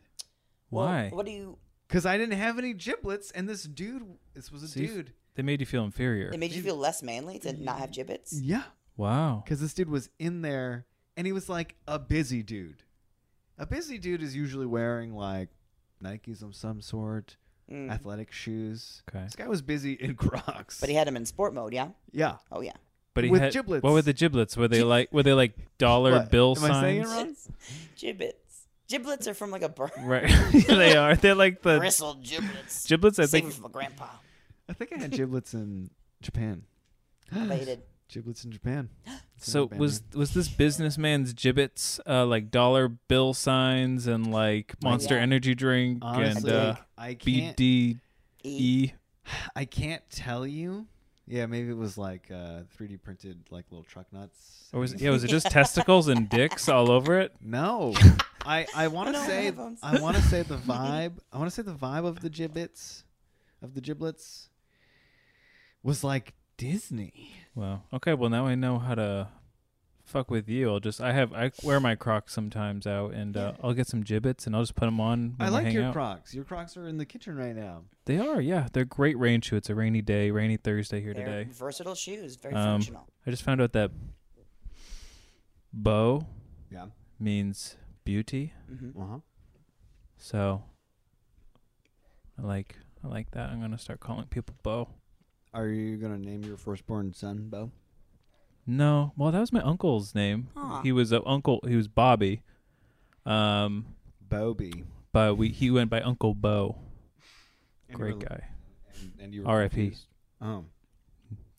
Speaker 2: Well,
Speaker 3: Why?
Speaker 2: What do you?
Speaker 1: because I didn't have any giblets, and this dude, this was a
Speaker 3: See,
Speaker 1: dude.
Speaker 3: They made you feel inferior.
Speaker 2: It made you feel less manly to not have gibbets.
Speaker 3: Mm.
Speaker 1: Yeah,
Speaker 3: Wow.
Speaker 1: because this dude was in there, and he was like a busy dude. A busy dude is usually wearing like Nikes of some sort.
Speaker 2: Mm.
Speaker 1: athletic shoes.
Speaker 3: Okay.
Speaker 1: This guy was busy in Crocs.
Speaker 2: But he had them in sport mode. Yeah.
Speaker 1: yeah.
Speaker 2: Oh yeah.
Speaker 3: But he
Speaker 1: With
Speaker 3: had,
Speaker 1: giblets.
Speaker 3: What were the giblets? Were they like were they like dollar
Speaker 1: What?
Speaker 3: bill
Speaker 1: Am I saying it
Speaker 3: signs?
Speaker 1: wrong?
Speaker 2: Gibbets. Giblets are from like a bird.
Speaker 3: Right. they are. They're like the
Speaker 2: Bristled giblets.
Speaker 3: giblets I
Speaker 2: Save
Speaker 3: think
Speaker 2: them from a grandpa.
Speaker 1: I think I had giblets in Japan.
Speaker 2: I bet you did.
Speaker 1: Giblets in Japan. It's
Speaker 3: so
Speaker 1: in Japan,
Speaker 3: was
Speaker 1: man.
Speaker 3: was this businessman's gibbets uh, like dollar bill signs and like monster
Speaker 2: Yeah.
Speaker 3: energy drink
Speaker 1: honestly,
Speaker 3: and uh,
Speaker 1: I can't.
Speaker 3: BDE?
Speaker 2: E.
Speaker 1: I can't tell you. Yeah, maybe it was like uh, 3D printed like little truck nuts.
Speaker 3: Or was it, yeah, was it just testicles and dicks all over it?
Speaker 1: No. I, I want to
Speaker 2: No
Speaker 1: say
Speaker 2: headphones.
Speaker 1: I want to say the vibe. I want to say the vibe of the giblets of the giblets was like Disney.
Speaker 3: Wow. Okay, well now I know how to fuck with you. I'll just I have I wear my Crocs sometimes out and uh, I'll get some gibbets and I'll just put them on. When
Speaker 1: I
Speaker 3: we
Speaker 1: like
Speaker 3: hang
Speaker 1: your
Speaker 3: out.
Speaker 1: Crocs. Your Crocs are in the kitchen right now.
Speaker 3: They are, yeah. They're great rain shoe. It's a rainy day, rainy Thursday here
Speaker 2: They're
Speaker 3: today.
Speaker 2: versatile shoes, very
Speaker 3: Um,
Speaker 2: functional.
Speaker 3: I just found out that bow
Speaker 1: Yeah.
Speaker 3: means beauty.
Speaker 1: Uh
Speaker 3: Uh-huh.
Speaker 1: huh.
Speaker 3: So I like I like that. I'm gonna start calling people bow.
Speaker 1: Are you gonna name your firstborn son Bo?
Speaker 3: No, well that was my uncle's name.
Speaker 2: Aw.
Speaker 3: He was uh, uncle. He was Bobby. Um,
Speaker 1: Bobby.
Speaker 3: but we he went by Uncle Bo.
Speaker 1: And
Speaker 3: Great
Speaker 1: you were-
Speaker 3: guy.
Speaker 1: And, and you were
Speaker 3: R.I.P..
Speaker 1: confused. Oh,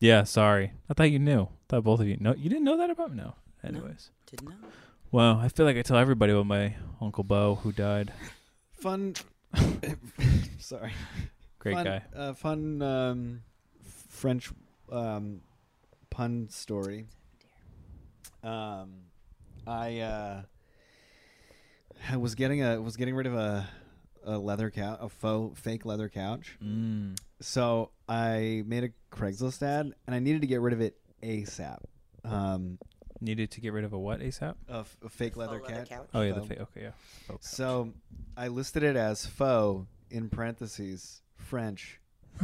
Speaker 3: Yeah, sorry. I thought you knew. thought both of you. No, you didn't know that about me. No. Anyways,
Speaker 2: Didn't know.
Speaker 3: well, I feel like I tell everybody about my Uncle Bo who died.
Speaker 1: fun. Sorry,
Speaker 3: Great
Speaker 1: fun,
Speaker 3: guy.
Speaker 1: Uh, fun um, French um, pun story. Um, I uh, I was getting a was getting rid of a a leather couch, a faux fake leather couch.
Speaker 3: Mm.
Speaker 1: So I made a Craigslist ad, and I needed to get rid of it asap. Um,
Speaker 3: Needed to get rid of a what ASAP?
Speaker 1: a, f- a fake leather,
Speaker 2: leather
Speaker 1: cat.
Speaker 2: couch.
Speaker 3: Oh yeah, the
Speaker 1: Faux.
Speaker 3: fa- okay, yeah. Oh,
Speaker 1: So I listed it as faux in parentheses French.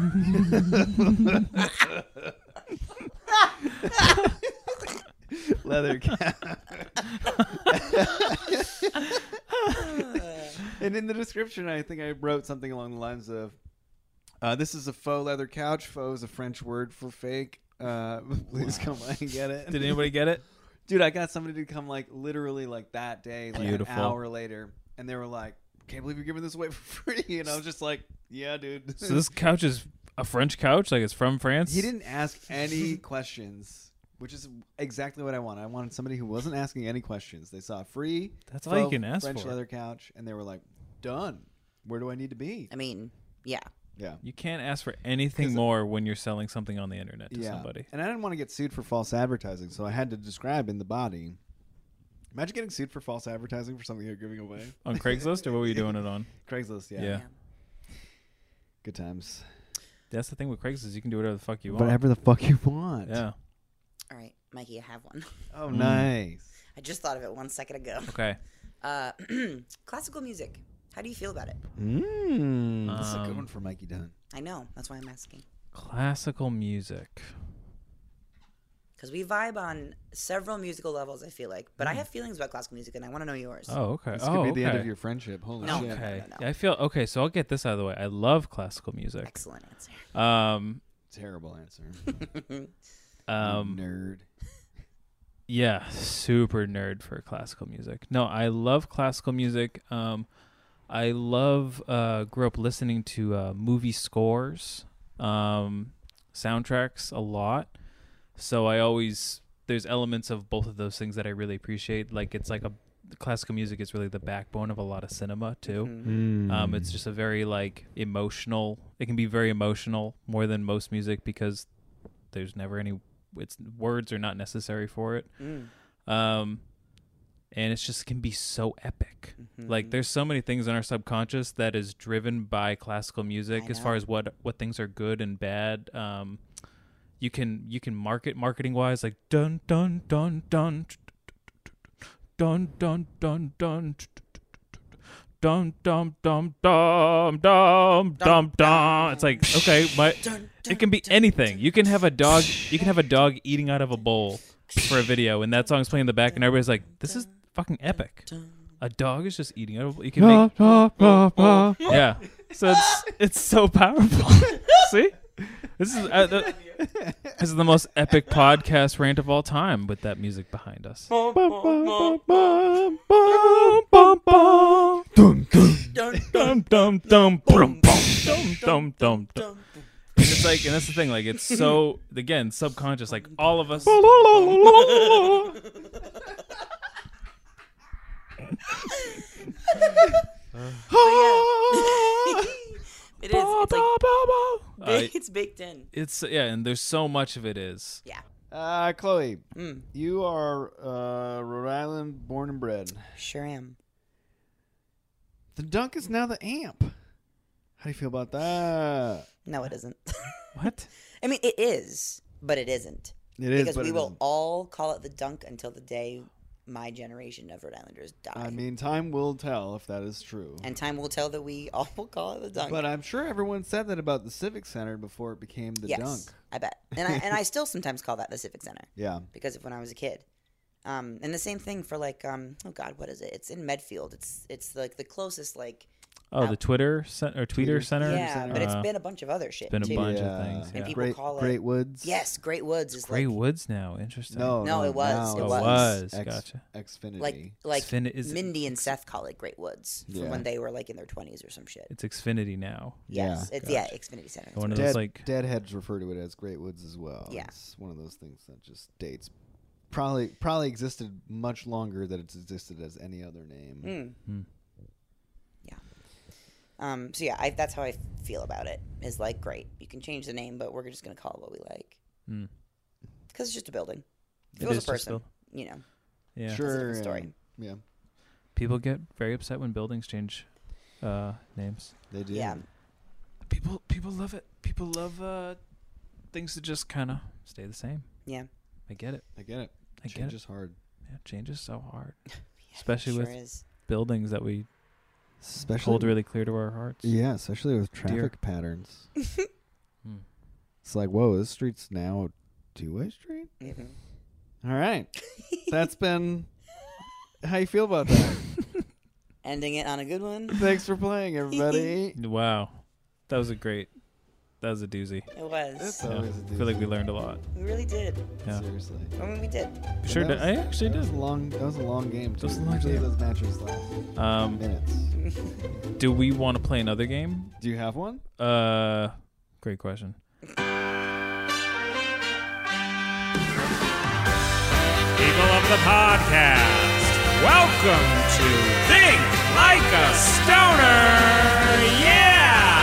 Speaker 1: leather cat. and in the description, I think I wrote something along the lines of, uh, "This is a faux leather couch. Faux is a French word for fake. Uh, please come by and get it."
Speaker 3: Did anybody get it?
Speaker 1: dude i got somebody to come like literally like that day like
Speaker 3: Beautiful.
Speaker 1: an hour later and they were like can't believe you're giving this away for free and i was just like yeah dude
Speaker 3: So this couch is a French couch, like it's from France.
Speaker 1: he didn't ask any questions which is exactly what i wanted i wanted somebody who wasn't asking any questions they saw a free
Speaker 3: That's all you
Speaker 1: faux
Speaker 3: can ask
Speaker 1: french
Speaker 3: for.
Speaker 1: leather couch and they were like done where do i need to be
Speaker 2: I mean, yeah.
Speaker 1: yeah
Speaker 3: You can't ask for anything more when you're selling something on the internet to
Speaker 1: yeah
Speaker 3: somebody.
Speaker 1: and i didn't want to get sued for false advertising so i had to describe in the body imagine getting sued for false advertising for something you're giving away
Speaker 3: On Craigslist or what were you doing it on?
Speaker 1: craigslist yeah,
Speaker 3: Yeah.
Speaker 2: yeah.
Speaker 1: good times
Speaker 3: That's the thing with Craigslist. You can do whatever the fuck you want.
Speaker 1: whatever the fuck you want.
Speaker 3: Yeah. Mm.
Speaker 2: All right, Mikey, I have one.
Speaker 1: Oh, nice.
Speaker 2: I just thought of it one second ago.
Speaker 3: Okay.
Speaker 2: Uh, classical music. How do you feel about it?
Speaker 1: Mm. That's a
Speaker 3: Um,
Speaker 1: good one for Mikey Dunn.
Speaker 2: I know. That's why I'm asking.
Speaker 3: Classical music.
Speaker 2: Because we vibe on several musical levels, I feel like. But
Speaker 1: Mm.
Speaker 2: I have feelings about classical music, and I want to know yours.
Speaker 3: Oh, okay.
Speaker 1: This
Speaker 3: oh,
Speaker 1: could be
Speaker 3: okay.
Speaker 1: the end of your friendship. Holy
Speaker 2: No.
Speaker 1: shit.
Speaker 2: Okay.
Speaker 3: Okay.
Speaker 2: no, no.
Speaker 3: Yeah, I feel okay. So I'll get this out of the way. I love classical music.
Speaker 2: Excellent answer.
Speaker 3: Um,
Speaker 1: Terrible answer.
Speaker 3: um,
Speaker 1: Nerd.
Speaker 3: yeah, super nerd for classical music. No, I love classical music. Um, I love uh, grew up listening to uh, movie scores, um, soundtracks a lot. So I always there's elements of both of those things that I really appreciate. Like it's like a classical music is really the backbone of a lot of cinema too.
Speaker 1: Mm-hmm.
Speaker 3: Um, it's just a very like emotional. It can be very emotional more than most music because there's never any. It's words are not necessary for it. Um, and it's just can be so epic.
Speaker 2: Mm-hmm.
Speaker 3: Like there's so many things in our subconscious that is driven by classical music
Speaker 2: I
Speaker 3: as far
Speaker 2: know.
Speaker 3: as what what things are good and bad. Um, you can you can market marketing wise like dun dun dun dun dun dun dun dun dum dum dum dum dum dum dum. It's like okay, my it can be anything. You can have a dog. You can have a dog eating out of a bowl for a video, and that song's playing in the back, and everybody's like, "This is fucking epic." A dog is just eating out of. You can make yeah. So it's it's so powerful. See, this is uh, the, this is the most epic podcast rant of all time with that music behind us. dum dum dum brum, bum, dum dum dum dum. And it's like, and that's the thing. Like, it's so again subconscious. Like all of us.
Speaker 1: Oh,
Speaker 2: It is. It's, like,
Speaker 3: Uh,
Speaker 2: it's baked in.
Speaker 3: it's yeah, and there's so much of it is.
Speaker 2: Yeah.
Speaker 1: Uh, Chloe,
Speaker 2: Mm.
Speaker 1: you are uh, Rhode Island born and bred.
Speaker 2: Sure am.
Speaker 1: The dunk is now the amp. How do you feel about that?
Speaker 2: No, it isn't.
Speaker 3: What?
Speaker 2: I mean, it is, but it isn't.
Speaker 1: It is,
Speaker 2: because
Speaker 1: but
Speaker 2: we
Speaker 1: it
Speaker 2: will
Speaker 1: isn't.
Speaker 2: all call it the dunk until the day my generation of Rhode Islanders die.
Speaker 1: I mean, time will tell if that is true.
Speaker 2: and time will tell that we all will call it the dunk.
Speaker 1: But I'm sure everyone said that about the Civic Center before it became the
Speaker 2: yes,
Speaker 1: dunk.
Speaker 2: I bet. And I and I still sometimes call that the Civic Center
Speaker 1: Yeah.
Speaker 2: because of when I was a kid. Um, and the same thing for like um oh god what is it? It's in Medfield. It's it's like the closest like
Speaker 3: Oh, the Twitter cen- or Tweeter
Speaker 1: Tweeter
Speaker 3: Center.
Speaker 2: yeah, but it's
Speaker 3: Uh,
Speaker 2: been a bunch of other shit
Speaker 3: been a
Speaker 2: too.
Speaker 3: bunch. of
Speaker 1: yeah.
Speaker 3: things, And yeah.
Speaker 2: people
Speaker 1: Great,
Speaker 2: call it-
Speaker 1: Great Woods.
Speaker 2: Yes, Great Woods is
Speaker 3: Gray
Speaker 2: like
Speaker 3: Woods now. Interesting.
Speaker 1: No,
Speaker 2: No, it was,
Speaker 1: now
Speaker 2: it
Speaker 1: it's
Speaker 3: was. Was,
Speaker 1: X,
Speaker 3: gotcha.
Speaker 1: Xfinity.
Speaker 2: like like
Speaker 3: Fin- is it-
Speaker 2: Mindy and Seth call it Great Woods from
Speaker 1: Yeah.
Speaker 2: when they were like in their twenties or some shit.
Speaker 3: It's Xfinity now.
Speaker 2: Yes,
Speaker 1: Yeah.
Speaker 2: it's yeah, Xfinity Center.
Speaker 3: One of
Speaker 1: Dead,
Speaker 3: those like
Speaker 1: deadheads refer to it as Great Woods as well.
Speaker 2: Yeah.
Speaker 1: It's one of those things that just dates. Probably, probably existed much longer than it's existed as any other
Speaker 2: Mm,
Speaker 1: name.
Speaker 3: Hmm.
Speaker 2: Um, so yeah, I, that's how I feel about it. Is like, great, you can change the name, but we're just gonna call it what we like.
Speaker 3: Hmm.
Speaker 2: Because it's just a building. If
Speaker 3: It
Speaker 2: it was
Speaker 3: is
Speaker 2: a
Speaker 3: just
Speaker 2: person,
Speaker 3: built-
Speaker 2: you know.
Speaker 3: yeah.
Speaker 1: Sure.
Speaker 2: different story.
Speaker 1: and- yeah.
Speaker 3: People get very upset when buildings change uh, names.
Speaker 1: They do.
Speaker 2: Yeah.
Speaker 3: People people love it. People love uh, things that just kind of stay the same.
Speaker 2: Yeah.
Speaker 3: I get it.
Speaker 1: I get it.
Speaker 3: I
Speaker 1: Change
Speaker 3: get it.
Speaker 1: is hard,
Speaker 3: Yeah, change is so hard,
Speaker 2: Yeah,
Speaker 3: especially
Speaker 2: sure
Speaker 3: with
Speaker 2: is.
Speaker 3: buildings that we
Speaker 1: especially
Speaker 3: hold really clear to our hearts.
Speaker 1: yeah, especially with traffic
Speaker 3: Dear.
Speaker 1: patterns.
Speaker 3: Hmm.
Speaker 1: It's like, whoa, this street's now two-way street.
Speaker 2: Mhm.
Speaker 1: All right, that's been how you feel about that.
Speaker 2: Ending it on a good one.
Speaker 1: Thanks for playing, everybody.
Speaker 3: Wow, that was a great. That was a doozy.
Speaker 2: It was.
Speaker 1: It's always a
Speaker 3: I feel like we
Speaker 1: doozy.
Speaker 3: learned a lot.
Speaker 2: We really did.
Speaker 3: Yeah.
Speaker 1: Seriously,
Speaker 2: I mean, we did.
Speaker 3: We sure,
Speaker 1: that
Speaker 3: did. I actually
Speaker 1: that was
Speaker 3: did.
Speaker 1: a long. That was a long game. Too.
Speaker 3: was a long
Speaker 1: Usually
Speaker 3: game.
Speaker 1: those matches last
Speaker 3: Um,
Speaker 1: minutes.
Speaker 3: do we want to play another game?
Speaker 1: Do you have one?
Speaker 3: Uh, great question.
Speaker 6: People of the podcast, welcome to Think Like a Stoner. Yeah.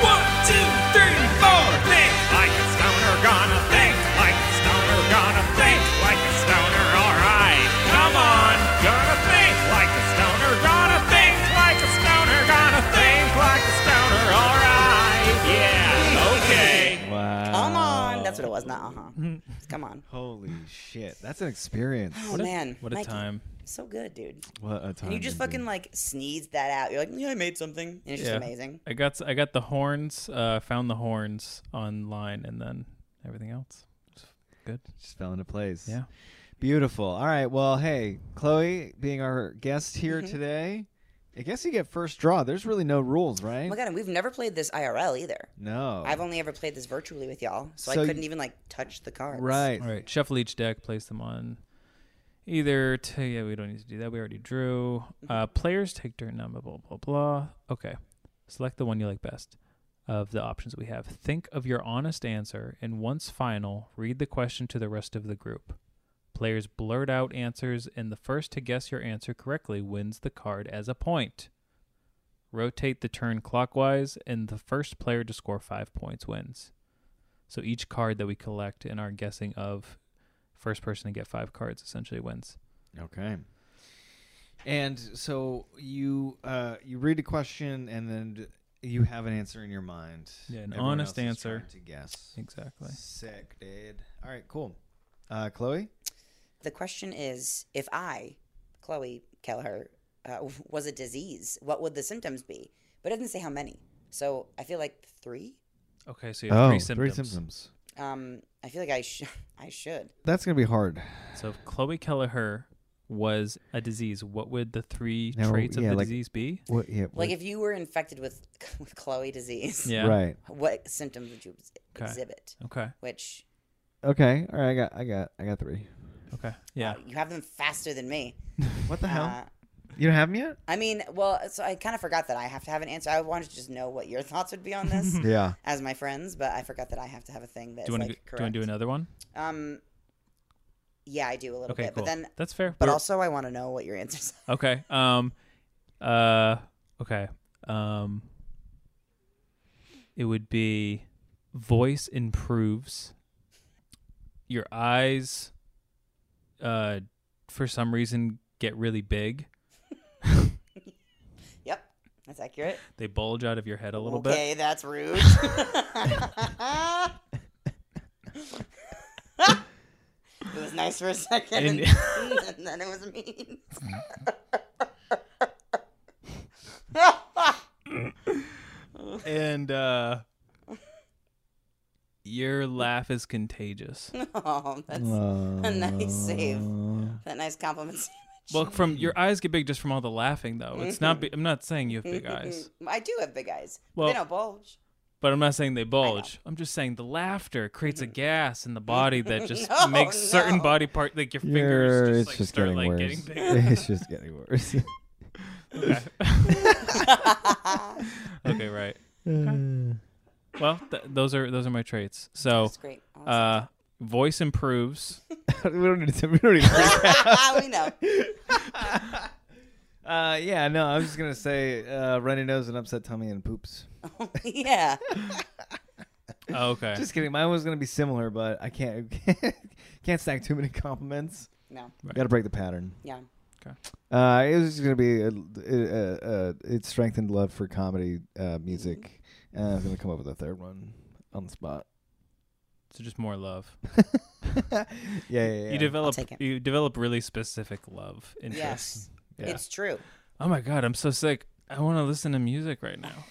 Speaker 6: One, two, three, four. Think like a stoner. Gonna think like a stoner. Gonna think like a stoner. All right. Come on. Gonna think like a stoner. Gonna think like a stoner. Gonna think like a stoner. All right. Yeah. Okay.
Speaker 3: Wow.
Speaker 2: Come on. That's what it was. Not uh huh. Come on.
Speaker 1: Holy shit, that's an experience.
Speaker 2: Oh man.
Speaker 3: What a
Speaker 2: Mikey,
Speaker 3: time.
Speaker 2: So good, dude.
Speaker 1: What a time!
Speaker 2: And you just fucking like sneezed that out. You're like, yeah, I made something. And it's just
Speaker 3: Yeah.
Speaker 2: amazing.
Speaker 3: I got s- I got the horns. Uh, found the horns online, and then everything else. Good.
Speaker 1: just fell into place.
Speaker 3: Yeah.
Speaker 1: Beautiful. All right. Well, hey, Chloe, being our guest here
Speaker 2: Mm-hmm.
Speaker 1: today, I guess you get first draw. There's really no rules,
Speaker 2: Oh
Speaker 1: right?
Speaker 2: my god, and we've never played this IRL either.
Speaker 1: No.
Speaker 2: I've only ever played this virtually with y'all, so,
Speaker 1: So
Speaker 2: I
Speaker 1: you-
Speaker 2: couldn't even like touch the cards.
Speaker 1: right.
Speaker 3: All right. Shuffle each deck. Place them on either. T- yeah, we don't need to do that. We already drew. Uh, players take turn number. Blah blah blah. Okay. Select the one you like best of the options we have. Think of your honest answer, and once final, read the question to the rest of the group. Players blurt out answers, and the first to guess your answer correctly wins the card as a point. Rotate the turn clockwise, and the first player to score five points wins. So each card that we collect and are guessing of, first person to get five cards essentially wins.
Speaker 1: Okay. And so you uh, you read a question and then you have an answer in your mind.
Speaker 3: Yeah, an
Speaker 1: Everyone
Speaker 3: honest
Speaker 1: else is
Speaker 3: answer.
Speaker 1: trying To guess.
Speaker 3: Exactly.
Speaker 1: Sick, dude. All right. Cool. Uh, Chloe.
Speaker 2: The question is, if I, Chloe Kelleher, uh, was a disease, what would the symptoms be? But it doesn't say how many. So I feel like three.
Speaker 3: Okay, so you have
Speaker 1: Oh,
Speaker 3: three symptoms.
Speaker 2: Um, I feel like I sh- I should.
Speaker 1: That's gonna be hard.
Speaker 3: So if Chloe Kelleher was a disease, what would the three
Speaker 1: Now,
Speaker 3: traits of
Speaker 1: yeah,
Speaker 3: the
Speaker 1: like-
Speaker 3: disease be?
Speaker 1: What? Yeah.
Speaker 2: Like if you were infected with with Chloe disease,
Speaker 3: Yeah.
Speaker 1: Right.
Speaker 2: what symptoms would you ex-
Speaker 3: Okay.
Speaker 2: exhibit?
Speaker 3: Okay.
Speaker 2: Which
Speaker 1: Okay. All right. I got. I got. I got three.
Speaker 3: Okay.
Speaker 2: yeah.
Speaker 3: Yeah.
Speaker 2: uh, you have them faster than me.
Speaker 1: What the hell?
Speaker 2: Uh,
Speaker 1: you don't have them yet?
Speaker 2: I mean, well, so I kind of forgot that I have to have an answer. I wanted to just know what your thoughts would be on this
Speaker 1: Yeah.
Speaker 2: as my friends, but I forgot that I have to have a thing that's
Speaker 3: do you want
Speaker 2: like
Speaker 3: to do you
Speaker 2: correct.
Speaker 3: want to do another one?
Speaker 2: Um, yeah, I do a little
Speaker 3: Okay.
Speaker 2: bit,
Speaker 3: Cool.
Speaker 2: but then,
Speaker 3: That's fair.
Speaker 2: but
Speaker 3: We're-
Speaker 2: also I want to know what your answers. Are.
Speaker 3: okay. Um. Uh. Okay. Um. It would be voice improves. Your eyes, uh, for some reason get really big.
Speaker 2: Yep, that's accurate.
Speaker 3: They bulge out of your head a little
Speaker 2: okay, that's rude. it was nice for a second, and,
Speaker 3: And-
Speaker 2: and then it was mean.
Speaker 3: bit, and uh, your laugh is contagious.
Speaker 2: oh, that's a
Speaker 1: Uh,
Speaker 2: nice save. That nice compliment. save.
Speaker 3: Well, from your eyes get big just from all the laughing, though. It's not. Be- I'm not saying you have big eyes,
Speaker 2: I do have big eyes. Well,
Speaker 3: Well-
Speaker 2: they don't bulge.
Speaker 3: but I'm not saying they bulge. I'm just saying the laughter creates a gas in the body that just
Speaker 2: Mm-hmm. No,
Speaker 3: makes certain
Speaker 2: no.
Speaker 3: body part, like your fingers, just,
Speaker 1: it's
Speaker 3: like,
Speaker 1: just
Speaker 3: start
Speaker 1: getting
Speaker 3: like
Speaker 1: worse.
Speaker 3: getting bigger.
Speaker 1: it's just getting worse.
Speaker 3: okay, right. Well, th- those are those are my traits. So,
Speaker 2: That's great. Awesome.
Speaker 3: uh, voice improves.
Speaker 1: we don't need to. We don't need to
Speaker 2: we know.
Speaker 1: uh, yeah, no, I was just gonna say uh, runny nose and upset tummy and poops.
Speaker 2: yeah.
Speaker 3: Oh, okay.
Speaker 1: Just kidding. Mine was gonna be similar, but I can't can't stack too many compliments.
Speaker 2: No.
Speaker 1: Got to break the pattern.
Speaker 2: Yeah.
Speaker 1: Uh, it was just gonna be a, a, a, a, uh, it strengthened love for comedy uh, music. Uh, I'm gonna come up with a third one on the spot.
Speaker 3: so just more love.
Speaker 1: yeah, yeah, yeah.
Speaker 3: You develop
Speaker 2: take it.
Speaker 3: you develop really specific love
Speaker 2: Yes.
Speaker 3: interests.
Speaker 1: Yeah.
Speaker 2: It's true.
Speaker 3: Oh my god, I'm so sick. I want to listen to music right now.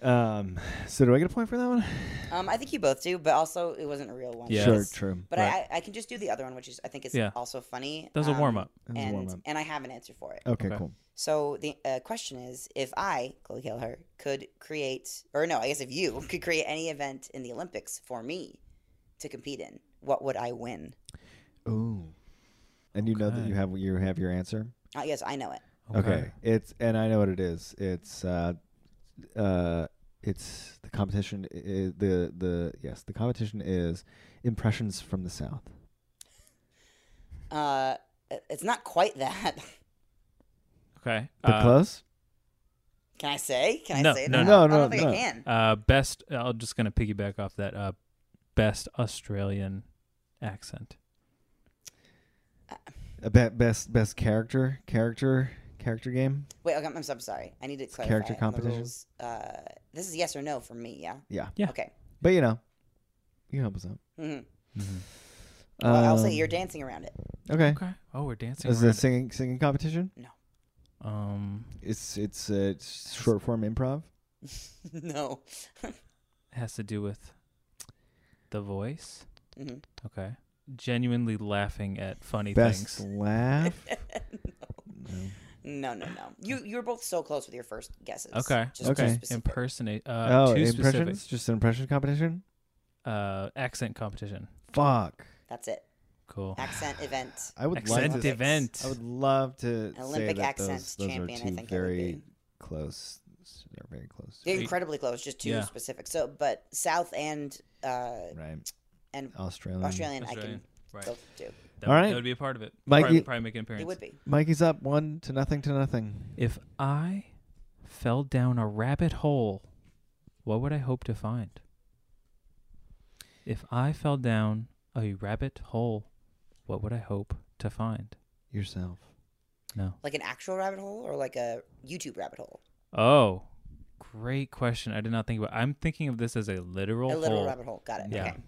Speaker 1: um, so do I get a point for that one?
Speaker 2: Um, I think you both do, but also it wasn't a real one.
Speaker 3: Yeah.
Speaker 1: Sure,
Speaker 2: because-
Speaker 1: true.
Speaker 2: But
Speaker 3: Right.
Speaker 2: I, I can just do the other one, which is I think is
Speaker 3: Yeah.
Speaker 2: also funny.
Speaker 3: That was
Speaker 2: um,
Speaker 3: a warm up.
Speaker 1: That was a
Speaker 2: And
Speaker 1: warm-up.
Speaker 2: and I have an answer for it.
Speaker 1: Okay,
Speaker 3: Okay.
Speaker 1: cool.
Speaker 2: So the uh, question is, if I Chloe Kelleher could create, or no, I guess if you could create any event in the Olympics for me to compete in, what would I win?
Speaker 1: Ooh. And you know that you have you have your answer.
Speaker 2: Uh, yes, I know it.
Speaker 1: Okay. It's and I know what it is. It's uh, uh, it's the competition. i- i the the yes, the competition is impressions from the south.
Speaker 2: Uh, it- it's not quite that.
Speaker 3: Okay.
Speaker 1: But
Speaker 3: Uh,
Speaker 1: close.
Speaker 2: can I say? Can I
Speaker 3: No,
Speaker 2: say
Speaker 3: no,
Speaker 2: that?
Speaker 1: no,
Speaker 2: I don't
Speaker 1: no,
Speaker 2: think
Speaker 1: no.
Speaker 2: I can.
Speaker 3: uh, best. I'm just gonna piggyback off that. Uh, best Australian accent.
Speaker 1: A Uh, be- best best character character character game.
Speaker 2: Wait, okay, I'm, I'm so sorry. I need to clarify.
Speaker 1: character
Speaker 2: on the
Speaker 1: competition?
Speaker 2: rules. Uh, this is yes or no for me. Yeah.
Speaker 1: Yeah.
Speaker 3: Yeah.
Speaker 2: Okay.
Speaker 1: But you know, you can help us out.
Speaker 2: hmm
Speaker 1: Um,
Speaker 2: well, I'll say you're dancing around it.
Speaker 1: Okay.
Speaker 3: Okay. Oh, we're dancing.
Speaker 1: Is
Speaker 3: around
Speaker 1: it a singing singing competition?
Speaker 3: it. Um,
Speaker 1: It's it's uh, it's short form improv.
Speaker 2: no.
Speaker 3: has to do with the voice.
Speaker 2: hmm
Speaker 3: Okay. Genuinely laughing at funny
Speaker 1: Best Uh,
Speaker 3: things.
Speaker 1: laugh.
Speaker 2: No, no, no. You you were both so close with your first guesses.
Speaker 3: Okay.
Speaker 2: Just
Speaker 1: Okay.
Speaker 2: Too
Speaker 3: okay.
Speaker 2: specific.
Speaker 3: Impersonate. Uh,
Speaker 1: oh,
Speaker 3: too
Speaker 1: impressions.
Speaker 3: specific.
Speaker 1: Just an impression competition.
Speaker 3: Uh, accent competition.
Speaker 1: Fuck.
Speaker 2: That's it.
Speaker 3: Cool.
Speaker 2: Accent event.
Speaker 1: I would
Speaker 3: Accent
Speaker 1: love
Speaker 2: Olympics.
Speaker 1: to.
Speaker 3: event.
Speaker 1: I would love to say
Speaker 2: Olympic
Speaker 1: that
Speaker 2: accent
Speaker 1: those, those
Speaker 2: champion,
Speaker 1: are
Speaker 2: I
Speaker 1: two
Speaker 2: think I would
Speaker 1: very
Speaker 2: be.
Speaker 1: close. They're very close.
Speaker 2: They're incredibly close. Just too
Speaker 3: Yeah.
Speaker 2: specific. So, but South and uh
Speaker 1: Right.
Speaker 2: and
Speaker 1: Australian.
Speaker 2: Australian,
Speaker 3: Australian.
Speaker 2: I
Speaker 3: Right.
Speaker 2: can go do.
Speaker 3: That,
Speaker 1: All
Speaker 3: would-
Speaker 1: right.
Speaker 3: That would be a part of it.
Speaker 1: Mikey-
Speaker 3: Probably, probably make an appearance.
Speaker 2: It would be.
Speaker 1: Mikey's up one to nothing to nothing.
Speaker 3: If I fell down a rabbit hole, what would I hope to find? If I fell down a rabbit hole, what would I hope to find?
Speaker 1: Yourself.
Speaker 3: No.
Speaker 2: Like an actual rabbit hole or like a YouTube rabbit hole.
Speaker 3: Oh, great question. I did not think about. I'm thinking of this as a literal,
Speaker 2: a literal
Speaker 3: hole.
Speaker 2: rabbit hole. Got it.
Speaker 3: Yeah.
Speaker 2: Okay.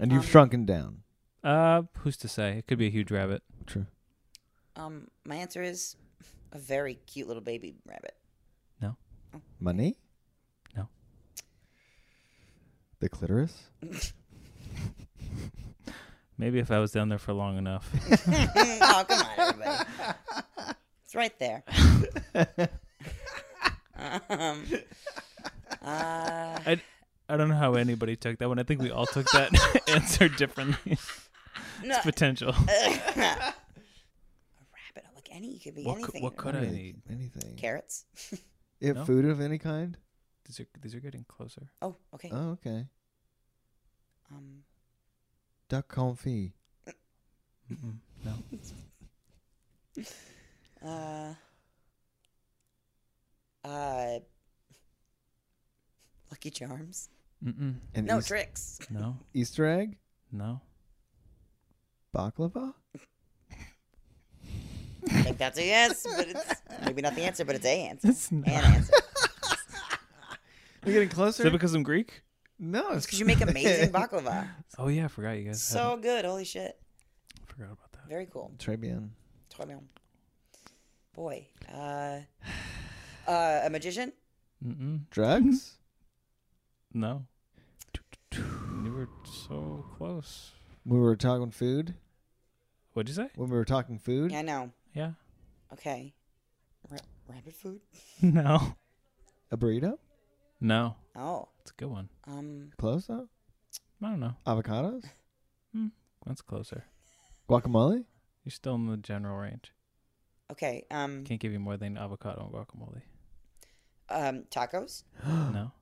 Speaker 1: And you've
Speaker 2: Um,
Speaker 1: shrunken down.
Speaker 3: Uh, who's to say? It could be a huge rabbit.
Speaker 1: True.
Speaker 2: Um, my answer is a very cute little baby rabbit.
Speaker 1: Money?
Speaker 3: No.
Speaker 1: The clitoris?
Speaker 3: Maybe if I was down there for long enough.
Speaker 2: oh, come on, everybody. It's right there. um, uh,
Speaker 3: I, I don't know how anybody took that one. I think we all took that answer differently.
Speaker 2: no,
Speaker 3: Potential.
Speaker 2: a rabbit, like any, it could be
Speaker 3: What cou-
Speaker 2: anything.
Speaker 3: what could What I
Speaker 1: Any-
Speaker 3: need?
Speaker 1: Anything.
Speaker 2: Carrots.
Speaker 1: If
Speaker 3: No?
Speaker 1: food of any kind?
Speaker 3: These are these are getting closer.
Speaker 2: Oh, okay.
Speaker 1: Oh, okay.
Speaker 2: Um,
Speaker 1: Duck confit.
Speaker 3: Mm-mm, no.
Speaker 2: uh, uh, Lucky Charms.
Speaker 3: Mm-mm.
Speaker 1: An
Speaker 2: No
Speaker 1: Eas-
Speaker 2: tricks.
Speaker 3: No.
Speaker 1: Easter egg?
Speaker 3: No.
Speaker 1: Baklava?
Speaker 2: I think that's a yes, but it's maybe not the answer, but it's a answer.
Speaker 3: It's not.
Speaker 2: An answer.
Speaker 1: We're getting closer.
Speaker 3: Is it because I'm Greek?
Speaker 1: no, it's
Speaker 2: Because you make amazing baklava.
Speaker 3: Oh yeah, I forgot you guys.
Speaker 2: So good. Holy shit.
Speaker 3: hadn't- forgot about that.
Speaker 2: Very cool.
Speaker 1: Trebian.
Speaker 2: Très bien. Boy. Uh, uh, a magician?
Speaker 3: Mm-mm.
Speaker 1: Drugs?
Speaker 3: No. You were so close.
Speaker 2: Mm-hmm.
Speaker 1: when we were talking food?
Speaker 3: What'd you say?
Speaker 1: When we were talking food?
Speaker 2: Yeah, I know.
Speaker 3: Yeah.
Speaker 2: Okay. Ra- rabbit food?
Speaker 3: No.
Speaker 1: A burrito?
Speaker 3: No.
Speaker 2: Oh.
Speaker 3: It's a good one.
Speaker 2: Um,
Speaker 1: Close though?
Speaker 3: I don't know.
Speaker 1: Avocados?
Speaker 3: That's closer.
Speaker 1: Guacamole?
Speaker 3: You're still in the general range.
Speaker 2: okay. Um,
Speaker 3: Can't give you more than avocado and guacamole.
Speaker 2: um, tacos?
Speaker 3: No.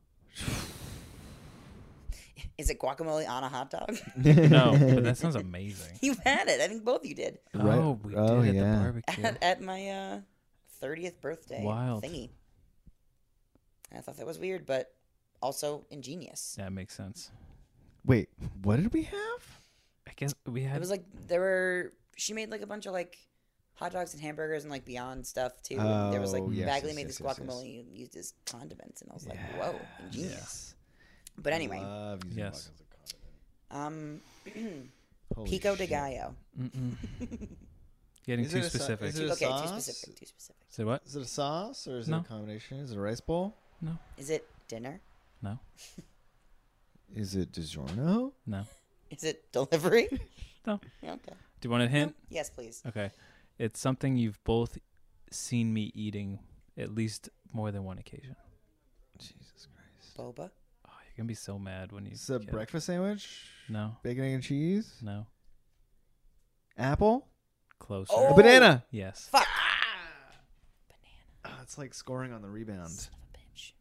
Speaker 2: Is it guacamole on a hot dog?
Speaker 3: No, but that sounds amazing.
Speaker 2: you had it. I think both of you did.
Speaker 1: Right.
Speaker 3: Oh, we
Speaker 1: Oh,
Speaker 3: did at
Speaker 1: yeah.
Speaker 3: the barbecue.
Speaker 2: At, at my uh, 30th birthday
Speaker 3: Wild.
Speaker 2: thingy. I thought that was weird, but also ingenious.
Speaker 3: That makes sense.
Speaker 1: Wait, what did we have?
Speaker 3: I guess we had
Speaker 2: It was like there were she made like a bunch of like hot dogs and hamburgers and like Beyond stuff too. And there was like
Speaker 1: Oh, yes,
Speaker 2: Bagley
Speaker 1: yes,
Speaker 2: made
Speaker 1: yes,
Speaker 2: this
Speaker 1: yes, yes.
Speaker 2: guacamole and used his condiments, and I was like, whoa, ingenious. But anyway,
Speaker 1: Love using
Speaker 3: Yes.
Speaker 1: buckets of condiment.
Speaker 2: um,
Speaker 1: Holy
Speaker 2: pico de
Speaker 1: shit.
Speaker 2: gallo.
Speaker 3: getting
Speaker 1: Is
Speaker 3: too
Speaker 1: it a si-
Speaker 3: specific.
Speaker 1: is it a
Speaker 2: Okay, too
Speaker 1: sauce?
Speaker 2: specific. Too specific.
Speaker 3: Say what?
Speaker 1: Is it a sauce or is
Speaker 3: No.
Speaker 1: it a combination? Is it a rice bowl?
Speaker 2: Is it dinner?
Speaker 3: No,
Speaker 1: Is it DiGiorno?
Speaker 3: no,
Speaker 2: Is it delivery?
Speaker 3: no.
Speaker 2: Yeah, okay.
Speaker 3: Do you want a hint?
Speaker 2: Yes, please.
Speaker 3: Okay, it's something you've both seen me eating at least more than one occasion.
Speaker 1: Jesus Christ.
Speaker 2: Boba.
Speaker 3: Oh, you're gonna be so mad when you.
Speaker 1: Is it a
Speaker 3: get it.
Speaker 1: breakfast sandwich?
Speaker 3: No,
Speaker 1: Bacon, egg, and cheese?
Speaker 3: no,
Speaker 1: Apple?
Speaker 3: closer.
Speaker 1: A
Speaker 2: Oh.
Speaker 1: banana!
Speaker 3: Yes.
Speaker 1: Ah, it's like scoring on the rebound.
Speaker 2: Son of a bitch.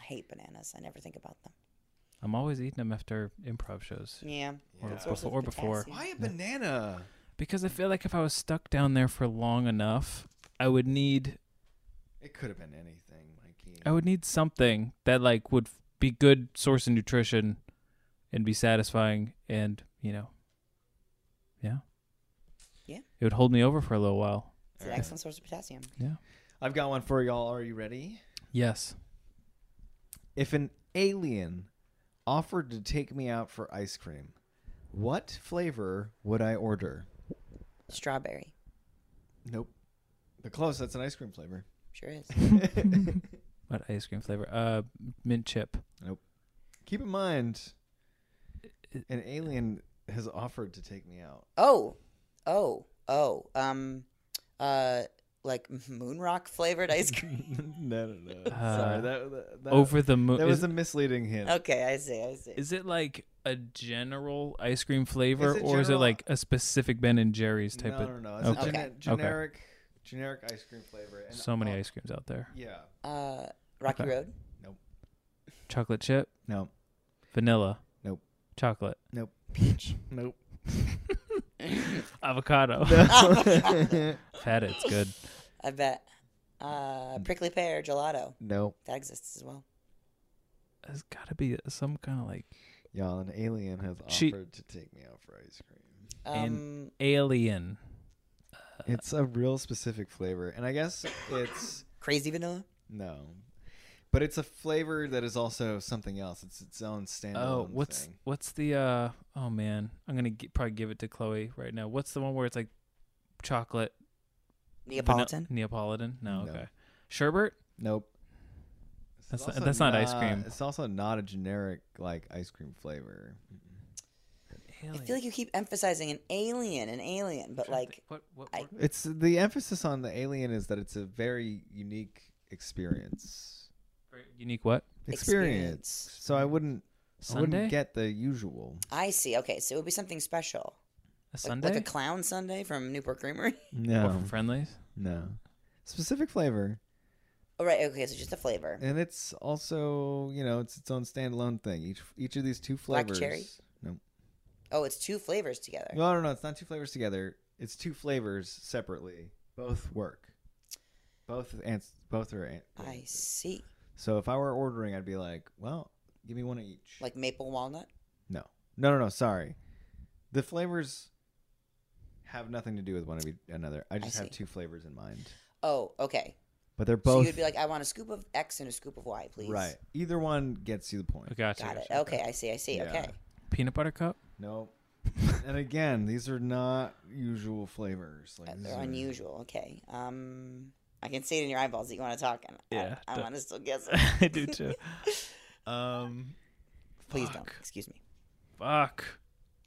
Speaker 2: I hate bananas. I never think about them.
Speaker 3: I'm always eating them after improv shows.
Speaker 2: Yeah.
Speaker 1: Or
Speaker 2: Good source of
Speaker 3: before- or before.
Speaker 2: potassium.
Speaker 1: Why a banana?
Speaker 3: Because I feel like if I was stuck down there for long enough, I would need
Speaker 1: It could have been anything, Mikey.
Speaker 3: I would need something that like would f- be good source of nutrition and be satisfying and, you know. Yeah.
Speaker 2: Yeah.
Speaker 3: It would hold me over for a little while.
Speaker 2: It's an excellent source of potassium.
Speaker 1: I've got one for y'all. Are you ready?
Speaker 3: Yes.
Speaker 1: If an alien offered to take me out for ice cream, what flavor would I order?
Speaker 2: Strawberry.
Speaker 1: Nope. The close, that's an ice cream flavor.
Speaker 2: Sure is.
Speaker 3: What ice cream flavor? Uh mint chip.
Speaker 1: Keep in mind, an alien has offered to take me out.
Speaker 2: Oh, oh, oh. Um, uh, like moon rock flavored ice cream.
Speaker 1: no, no, no.
Speaker 3: Uh,
Speaker 1: Sorry, that, that, that-
Speaker 3: Over the moon.
Speaker 1: that
Speaker 3: Is,
Speaker 1: was a misleading hint.
Speaker 2: okay, I see. I see.
Speaker 3: is it like a general ice cream flavor
Speaker 1: It's a
Speaker 3: or is it
Speaker 1: general-
Speaker 3: like a specific Ben and Jerry's
Speaker 1: No,
Speaker 3: type of
Speaker 1: no, no. It's
Speaker 3: Okay.
Speaker 1: a gene-
Speaker 2: Okay.
Speaker 1: generic, generic ice cream flavor. And
Speaker 3: so many
Speaker 1: I'll-
Speaker 3: ice creams out there.
Speaker 1: Yeah.
Speaker 2: Uh, Rocky
Speaker 3: Okay.
Speaker 2: Road.
Speaker 3: Chocolate chip,
Speaker 1: No.
Speaker 3: vanilla.
Speaker 1: Nope.
Speaker 3: Chocolate.
Speaker 1: Nope. Nope.
Speaker 3: Avocado. Pat it's good.
Speaker 2: I bet.
Speaker 3: Mm.
Speaker 2: Uh, prickly pear gelato.
Speaker 1: Nope.
Speaker 2: That exists as well.
Speaker 3: There's got to be some kind of like
Speaker 1: Y'all, an alien has
Speaker 3: She-
Speaker 1: offered to take me out for ice cream.
Speaker 2: Um,
Speaker 3: alien. Uh,
Speaker 1: It's a real specific flavor, and I guess it's
Speaker 2: crazy vanilla.
Speaker 1: no, but it's a flavor that is also something else. It's its own standalone
Speaker 3: Oh, what's
Speaker 1: thing.
Speaker 3: what's the uh oh man, I'm going to g- probably give it to Chloe right now. What's the one where it's like chocolate vana-
Speaker 2: Neapolitan.
Speaker 3: Neapolitan? No,
Speaker 1: No.
Speaker 3: okay. Sherbet?
Speaker 1: Nope. It's
Speaker 3: That's not-
Speaker 1: also
Speaker 3: that's not ice cream.
Speaker 1: It's also not a generic like ice cream flavor.
Speaker 3: Alien.
Speaker 2: I feel like you keep emphasizing an alien, an alien, but like
Speaker 3: what what
Speaker 2: I-
Speaker 3: word?
Speaker 1: It's the emphasis on the alien is that it's a very unique experience.
Speaker 3: Very unique what?
Speaker 1: Experience.
Speaker 2: Experience.
Speaker 1: So I wouldn't. I
Speaker 3: Sunday? Oh,
Speaker 1: wouldn't get the usual.
Speaker 2: I see. Okay, so it would be something special,
Speaker 3: A
Speaker 2: like,
Speaker 3: Sunday?
Speaker 2: like a clown Sunday from Newport Creamery.
Speaker 3: or
Speaker 1: No,
Speaker 3: from friendlies?
Speaker 1: no, specific flavor.
Speaker 2: Oh, right. Okay, so just a flavor.
Speaker 1: And it's also, you know, it's its own standalone thing. Each each of these two
Speaker 2: Black
Speaker 1: flavors.
Speaker 2: cherry?
Speaker 1: No.
Speaker 2: Oh, it's two flavors together.
Speaker 1: No, no, no. It's not two flavors together. It's two flavors separately. Both work. Both ans- both are an-
Speaker 2: I see.
Speaker 1: So if I were ordering, I'd be like, well, give me one of each.
Speaker 2: Like maple walnut.
Speaker 1: no. No, no, no. Sorry. The flavors have nothing to do with one of e- another. I just have
Speaker 2: see.
Speaker 1: two flavors in mind.
Speaker 2: Oh, okay.
Speaker 1: But they're
Speaker 2: So
Speaker 1: both
Speaker 2: you'd be like, I want a scoop of X and a scoop of Y, please.
Speaker 1: right. Either one gets you the point.
Speaker 3: Oh, Gotcha.
Speaker 2: Got it.
Speaker 3: gotcha.
Speaker 2: Okay, I see. I see.
Speaker 1: Yeah.
Speaker 2: Okay.
Speaker 3: Peanut butter cup?
Speaker 1: Nope. and again, these are not usual flavors. Like
Speaker 2: Uh,
Speaker 1: these
Speaker 2: They're
Speaker 1: are-
Speaker 2: unusual. Okay. Um, I can see it in your eyeballs that you want to talk, and
Speaker 3: Yeah,
Speaker 2: I, I
Speaker 3: duh.
Speaker 2: want to still guess it.
Speaker 3: I do too. um
Speaker 2: Please don't.
Speaker 3: Fuck.
Speaker 2: Excuse me.
Speaker 3: fuck.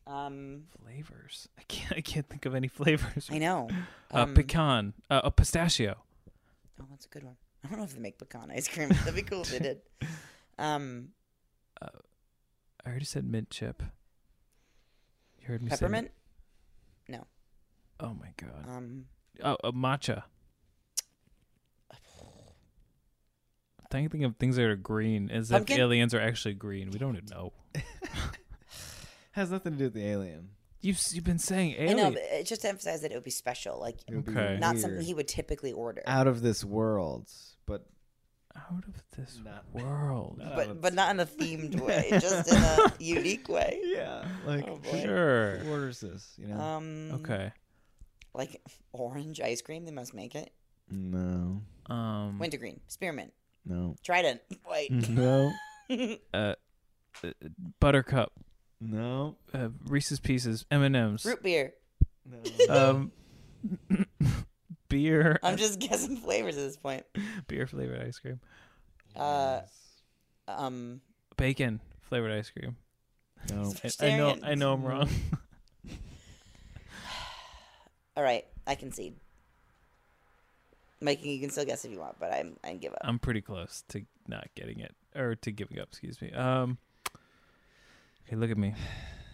Speaker 2: Um,
Speaker 3: Flavors. I can't I can't think of any flavors.
Speaker 2: I know.
Speaker 3: Uh,
Speaker 2: Um,
Speaker 3: pecan, uh, a pistachio.
Speaker 2: oh, that's a good one. I don't know if they make pecan ice cream. That'd be cool if they did. Um,
Speaker 3: I already said mint chip. You heard me say mint-
Speaker 2: peppermint.
Speaker 3: Oh my god.
Speaker 2: Um,
Speaker 3: Oh, uh, matcha. I'm thinking of things that are green as
Speaker 2: Pumpkin?
Speaker 3: if aliens are actually green. We don't even know.
Speaker 1: Has nothing to do with the alien.
Speaker 3: You've s- you've been saying
Speaker 2: I
Speaker 3: alien.
Speaker 2: know, but it's just to emphasize that it would be special, like
Speaker 1: It would be
Speaker 3: Okay.
Speaker 2: not
Speaker 1: weird. Ah,
Speaker 2: something he would typically order.
Speaker 1: out of this world, but
Speaker 3: out of this
Speaker 1: Not-
Speaker 3: world.
Speaker 1: not-
Speaker 2: but but not in a themed way, just in a unique way.
Speaker 1: Yeah, like
Speaker 2: Oh, boy.
Speaker 3: Sure.
Speaker 1: What is this? You know?
Speaker 2: Um,
Speaker 3: Okay.
Speaker 2: Like orange ice cream, they must make it.
Speaker 1: no,
Speaker 3: Um.
Speaker 2: Wintergreen, spearmint,
Speaker 1: no,
Speaker 2: trident, white.
Speaker 3: Mm.
Speaker 1: no,
Speaker 3: uh, Buttercup.
Speaker 1: no,
Speaker 3: Uh, Reese's Pieces. M and M's.
Speaker 2: Root beer.
Speaker 1: no.
Speaker 3: Um. beer.
Speaker 2: I'm just guessing flavors at this point.
Speaker 3: beer flavored ice cream.
Speaker 2: Uh, um,
Speaker 3: Bacon flavored ice cream.
Speaker 1: no.
Speaker 3: I- I
Speaker 2: staring
Speaker 3: know.
Speaker 2: at-
Speaker 3: I know I'm wrong.
Speaker 2: all right, I concede. Mikey, you can still guess if you want, but I'm I give up.
Speaker 3: I'm pretty close to not getting it or to giving up. Excuse me. Um. Okay. Look at me.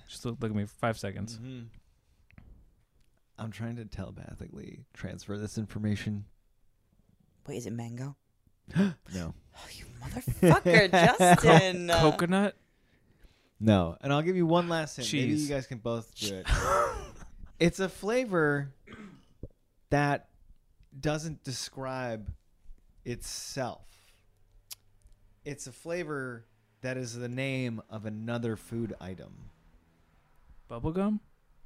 Speaker 3: Just look, look at me for five seconds.
Speaker 1: Mhm. I'm trying to telepathically transfer this information.
Speaker 2: Wait, is it mango?
Speaker 1: No,
Speaker 2: Oh, you motherfucker, Justin. Uh,
Speaker 3: Coconut.
Speaker 1: no, and I'll give you one last hint. Maybe
Speaker 3: Cheese.
Speaker 1: you guys can both do it. it's a flavor that doesn't describe itself. It's a flavor that is the name of another food item.
Speaker 3: Bubblegum.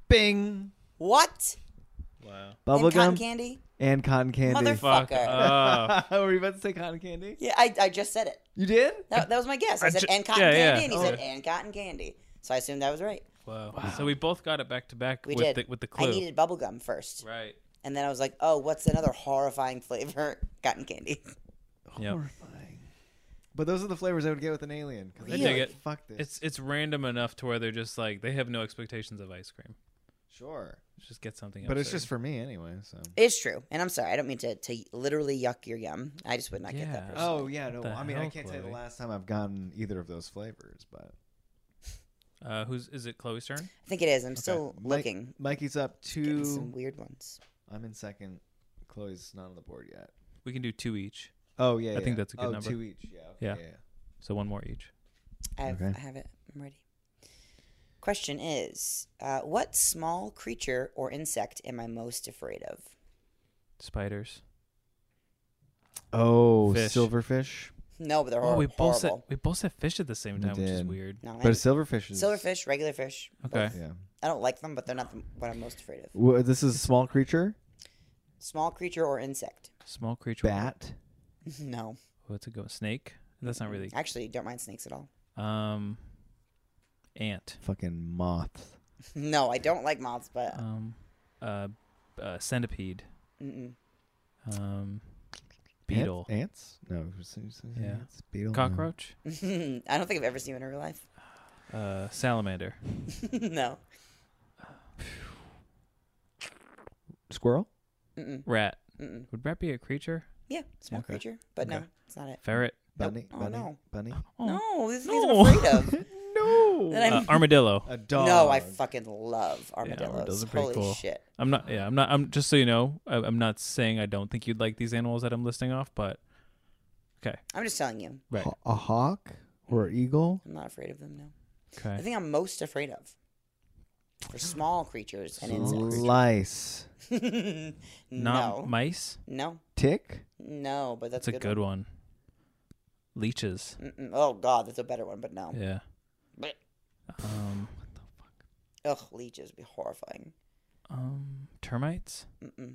Speaker 1: Bing.
Speaker 2: What?
Speaker 3: Wow.
Speaker 2: And cotton
Speaker 1: Bubblegum
Speaker 2: candy?
Speaker 1: and cotton candy.
Speaker 2: Motherf-
Speaker 3: Fuck. Oh,
Speaker 2: Fucker.
Speaker 3: off.
Speaker 1: Were you about to say cotton candy?
Speaker 2: Yeah, I, I just said it.
Speaker 1: You did?
Speaker 2: That, that was my guess. I,
Speaker 3: I
Speaker 2: said
Speaker 3: ju-
Speaker 2: and cotton
Speaker 3: yeah,
Speaker 2: candy,
Speaker 3: yeah.
Speaker 2: and he
Speaker 3: Oh.
Speaker 2: said and cotton candy. So I assumed that was right.
Speaker 3: Wow. So we both got it back to back
Speaker 2: We
Speaker 3: with
Speaker 2: did.
Speaker 3: the with the clue.
Speaker 2: I needed bubblegum first.
Speaker 3: right.
Speaker 2: And then I was like, oh, what's another horrifying flavor? Cotton candy.
Speaker 3: Yep.
Speaker 1: Horrifying. But those are the flavors I would get with an alien. 'cause I'd be
Speaker 3: dig
Speaker 1: like,
Speaker 3: it.
Speaker 1: Fuck this.
Speaker 3: It's it's random enough to where they're just like they have no expectations of ice cream.
Speaker 1: sure,
Speaker 3: Just get something.
Speaker 1: but it's
Speaker 3: absurd.
Speaker 1: just for me anyway. So.
Speaker 2: It's true. And I'm sorry. I don't mean to, to literally yuck your yum. I just would not get that
Speaker 3: Yeah.
Speaker 2: person.
Speaker 1: Oh yeah, no.
Speaker 3: the
Speaker 1: I mean, I
Speaker 3: hell,
Speaker 1: can't tell you the
Speaker 3: Chloe?
Speaker 1: last time I've gotten either of those flavors, but
Speaker 3: uh, who's is it? Chloe's turn.
Speaker 2: I think it is. I'm still
Speaker 1: Mike-
Speaker 2: looking.
Speaker 1: Mikey's up
Speaker 2: Getting some
Speaker 1: two.
Speaker 2: weird ones.
Speaker 1: I'm in second. Chloe's not on the board yet.
Speaker 3: We can do two each,
Speaker 1: Oh yeah,
Speaker 3: I think
Speaker 1: yeah.
Speaker 3: that's a good
Speaker 1: oh,
Speaker 3: number.
Speaker 1: Two each. Yeah. Okay,
Speaker 3: Yeah.
Speaker 1: yeah.
Speaker 3: so one more each.
Speaker 2: I have,
Speaker 1: Okay.
Speaker 2: I have it. I'm ready. Question is uh, What small creature or insect am I most afraid of?
Speaker 3: Spiders.
Speaker 1: Oh,
Speaker 3: Fish.
Speaker 1: silverfish.
Speaker 2: No, but they're
Speaker 3: Oh,
Speaker 2: hor-
Speaker 3: we both said
Speaker 2: horrible.
Speaker 3: we both said fish at the same
Speaker 1: We
Speaker 3: time, which is
Speaker 1: did.
Speaker 3: weird.
Speaker 2: No, I
Speaker 1: But silverfish is
Speaker 2: Silverfish, regular fish.
Speaker 3: Okay.
Speaker 2: both.
Speaker 1: Yeah.
Speaker 2: I don't like them, but they're not the, what I'm most afraid of.
Speaker 1: Wha- this is a small creature.
Speaker 2: Small creature or insect?
Speaker 3: Small creature.
Speaker 1: Bat.
Speaker 2: No.
Speaker 3: What's it go? Snake. That's not really.
Speaker 2: Actually, don't mind snakes at all.
Speaker 3: Um, ant.
Speaker 1: Fucking moth.
Speaker 2: No, I don't like moths, but
Speaker 3: Um, uh, uh centipede.
Speaker 2: mm-mm.
Speaker 3: Um,
Speaker 1: Ant-
Speaker 3: beetle.
Speaker 1: Ants? No. who's- who's- who's
Speaker 3: Yeah.
Speaker 1: Ants? Beetle. no.
Speaker 3: Cockroach.
Speaker 2: I don't think I've ever seen one in real life.
Speaker 3: Uh, salamander.
Speaker 2: no.
Speaker 1: Squirrel.
Speaker 2: Mm-mm.
Speaker 3: Rat.
Speaker 2: Mm-mm.
Speaker 3: Would rat be a creature?
Speaker 2: Yeah, small
Speaker 1: Okay.
Speaker 2: creature, but no,
Speaker 3: Okay.
Speaker 2: it's not it.
Speaker 3: Ferret.
Speaker 2: Nope.
Speaker 1: Bunny.
Speaker 2: Oh,
Speaker 1: bunny.
Speaker 2: no.
Speaker 1: Bunny.
Speaker 2: No, this is
Speaker 3: No.
Speaker 2: what I'm afraid of.
Speaker 1: no.
Speaker 2: That
Speaker 3: Uh,
Speaker 2: I'm-
Speaker 3: armadillo.
Speaker 1: A dog.
Speaker 2: No, I fucking love armadillos.
Speaker 3: armadillos are pretty
Speaker 2: Holy
Speaker 3: cool.
Speaker 2: shit.
Speaker 3: I'm not. Yeah, I'm not. I'm just so you know. I, I'm not saying I don't think you'd like these animals that I'm listing off, but
Speaker 2: I'm just telling you,
Speaker 3: right.
Speaker 1: Ho- a hawk or an eagle.
Speaker 2: I'm not afraid of them now. The
Speaker 3: Okay.
Speaker 2: thing I'm most afraid of are small creatures and insects.
Speaker 1: Lice.
Speaker 3: Not
Speaker 2: no.
Speaker 3: mice.
Speaker 2: no.
Speaker 1: Tick.
Speaker 2: No, but that's,
Speaker 3: That's a good one. Leeches.
Speaker 2: one. Mm-mm. Oh, God, that's a better one, but no.
Speaker 3: Yeah.
Speaker 2: Blech.
Speaker 3: Um.
Speaker 2: Ugh, leeches would be horrifying.
Speaker 3: Um. Termites.
Speaker 2: Mm-mm.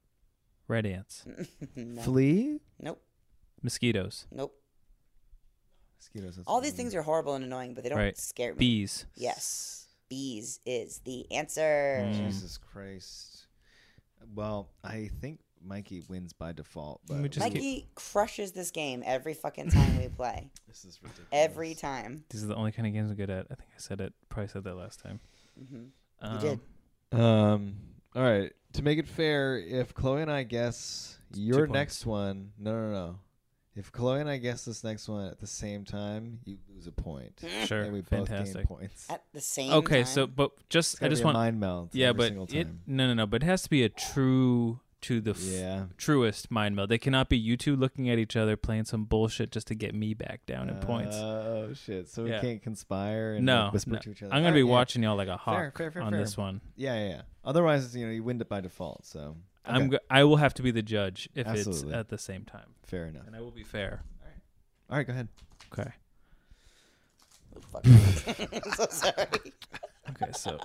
Speaker 3: Red ants.
Speaker 2: Mm. no.
Speaker 1: Flea.
Speaker 2: nope.
Speaker 3: Mosquitoes.
Speaker 2: Nope.
Speaker 1: Mosquitoes. that's
Speaker 2: All
Speaker 1: what
Speaker 2: these
Speaker 1: I
Speaker 2: things
Speaker 1: mean.
Speaker 2: are horrible and annoying, but they don't
Speaker 3: Right.
Speaker 2: scare me.
Speaker 3: Bees.
Speaker 2: Yes. Bees is the answer.
Speaker 3: Mm.
Speaker 1: Jesus Christ. Well, I think Mikey wins by default.
Speaker 3: Let me
Speaker 1: But
Speaker 3: just
Speaker 2: Mikey
Speaker 3: keep-
Speaker 2: crushes this game every fucking time we play.
Speaker 1: this is ridiculous.
Speaker 2: Every time.
Speaker 3: These are the only kind of games I'm good at. I think I said it. Probably said that last time.
Speaker 2: hmm
Speaker 3: Um,
Speaker 2: did.
Speaker 1: Um. All right. To make it fair, if Chloe and I guess your
Speaker 3: points.
Speaker 1: next one, no, no, no. If Chloe and I guess this next one at the same time, you lose a point.
Speaker 2: Mm-hmm.
Speaker 3: Sure.
Speaker 1: And we
Speaker 3: Fantastic.
Speaker 1: both gain points.
Speaker 2: At the same
Speaker 3: Okay.
Speaker 2: time.
Speaker 3: So, but just
Speaker 1: It's gotta
Speaker 3: I just
Speaker 1: be a
Speaker 3: want.
Speaker 1: mind meld.
Speaker 3: Yeah,
Speaker 1: every
Speaker 3: but
Speaker 1: single
Speaker 3: it.
Speaker 1: time.
Speaker 3: No, no, no. But it has to be a true to the. F-
Speaker 1: yeah.
Speaker 3: truest mind meld. They cannot be you two looking at each other playing some bullshit just to get me back down in points.
Speaker 1: Oh shit! So
Speaker 3: Yeah.
Speaker 1: we can't conspire and
Speaker 3: No,
Speaker 1: like, whisper
Speaker 3: no.
Speaker 1: to each
Speaker 3: I'm
Speaker 1: other.
Speaker 3: gonna
Speaker 1: All
Speaker 3: be
Speaker 1: right, yeah.
Speaker 3: watching y'all like a hawk
Speaker 1: fair, fair,
Speaker 3: on
Speaker 1: fair.
Speaker 3: this one.
Speaker 1: Yeah, yeah, yeah. Otherwise, you know, you win it by default. So
Speaker 3: I'm. Go- I will have to be the judge if
Speaker 1: Absolutely.
Speaker 3: it's at the same time,
Speaker 1: Fair enough.
Speaker 3: and I will be fair.
Speaker 1: All right, go ahead.
Speaker 3: Okay.
Speaker 2: Fuck. I'm so sorry.
Speaker 3: Okay. So,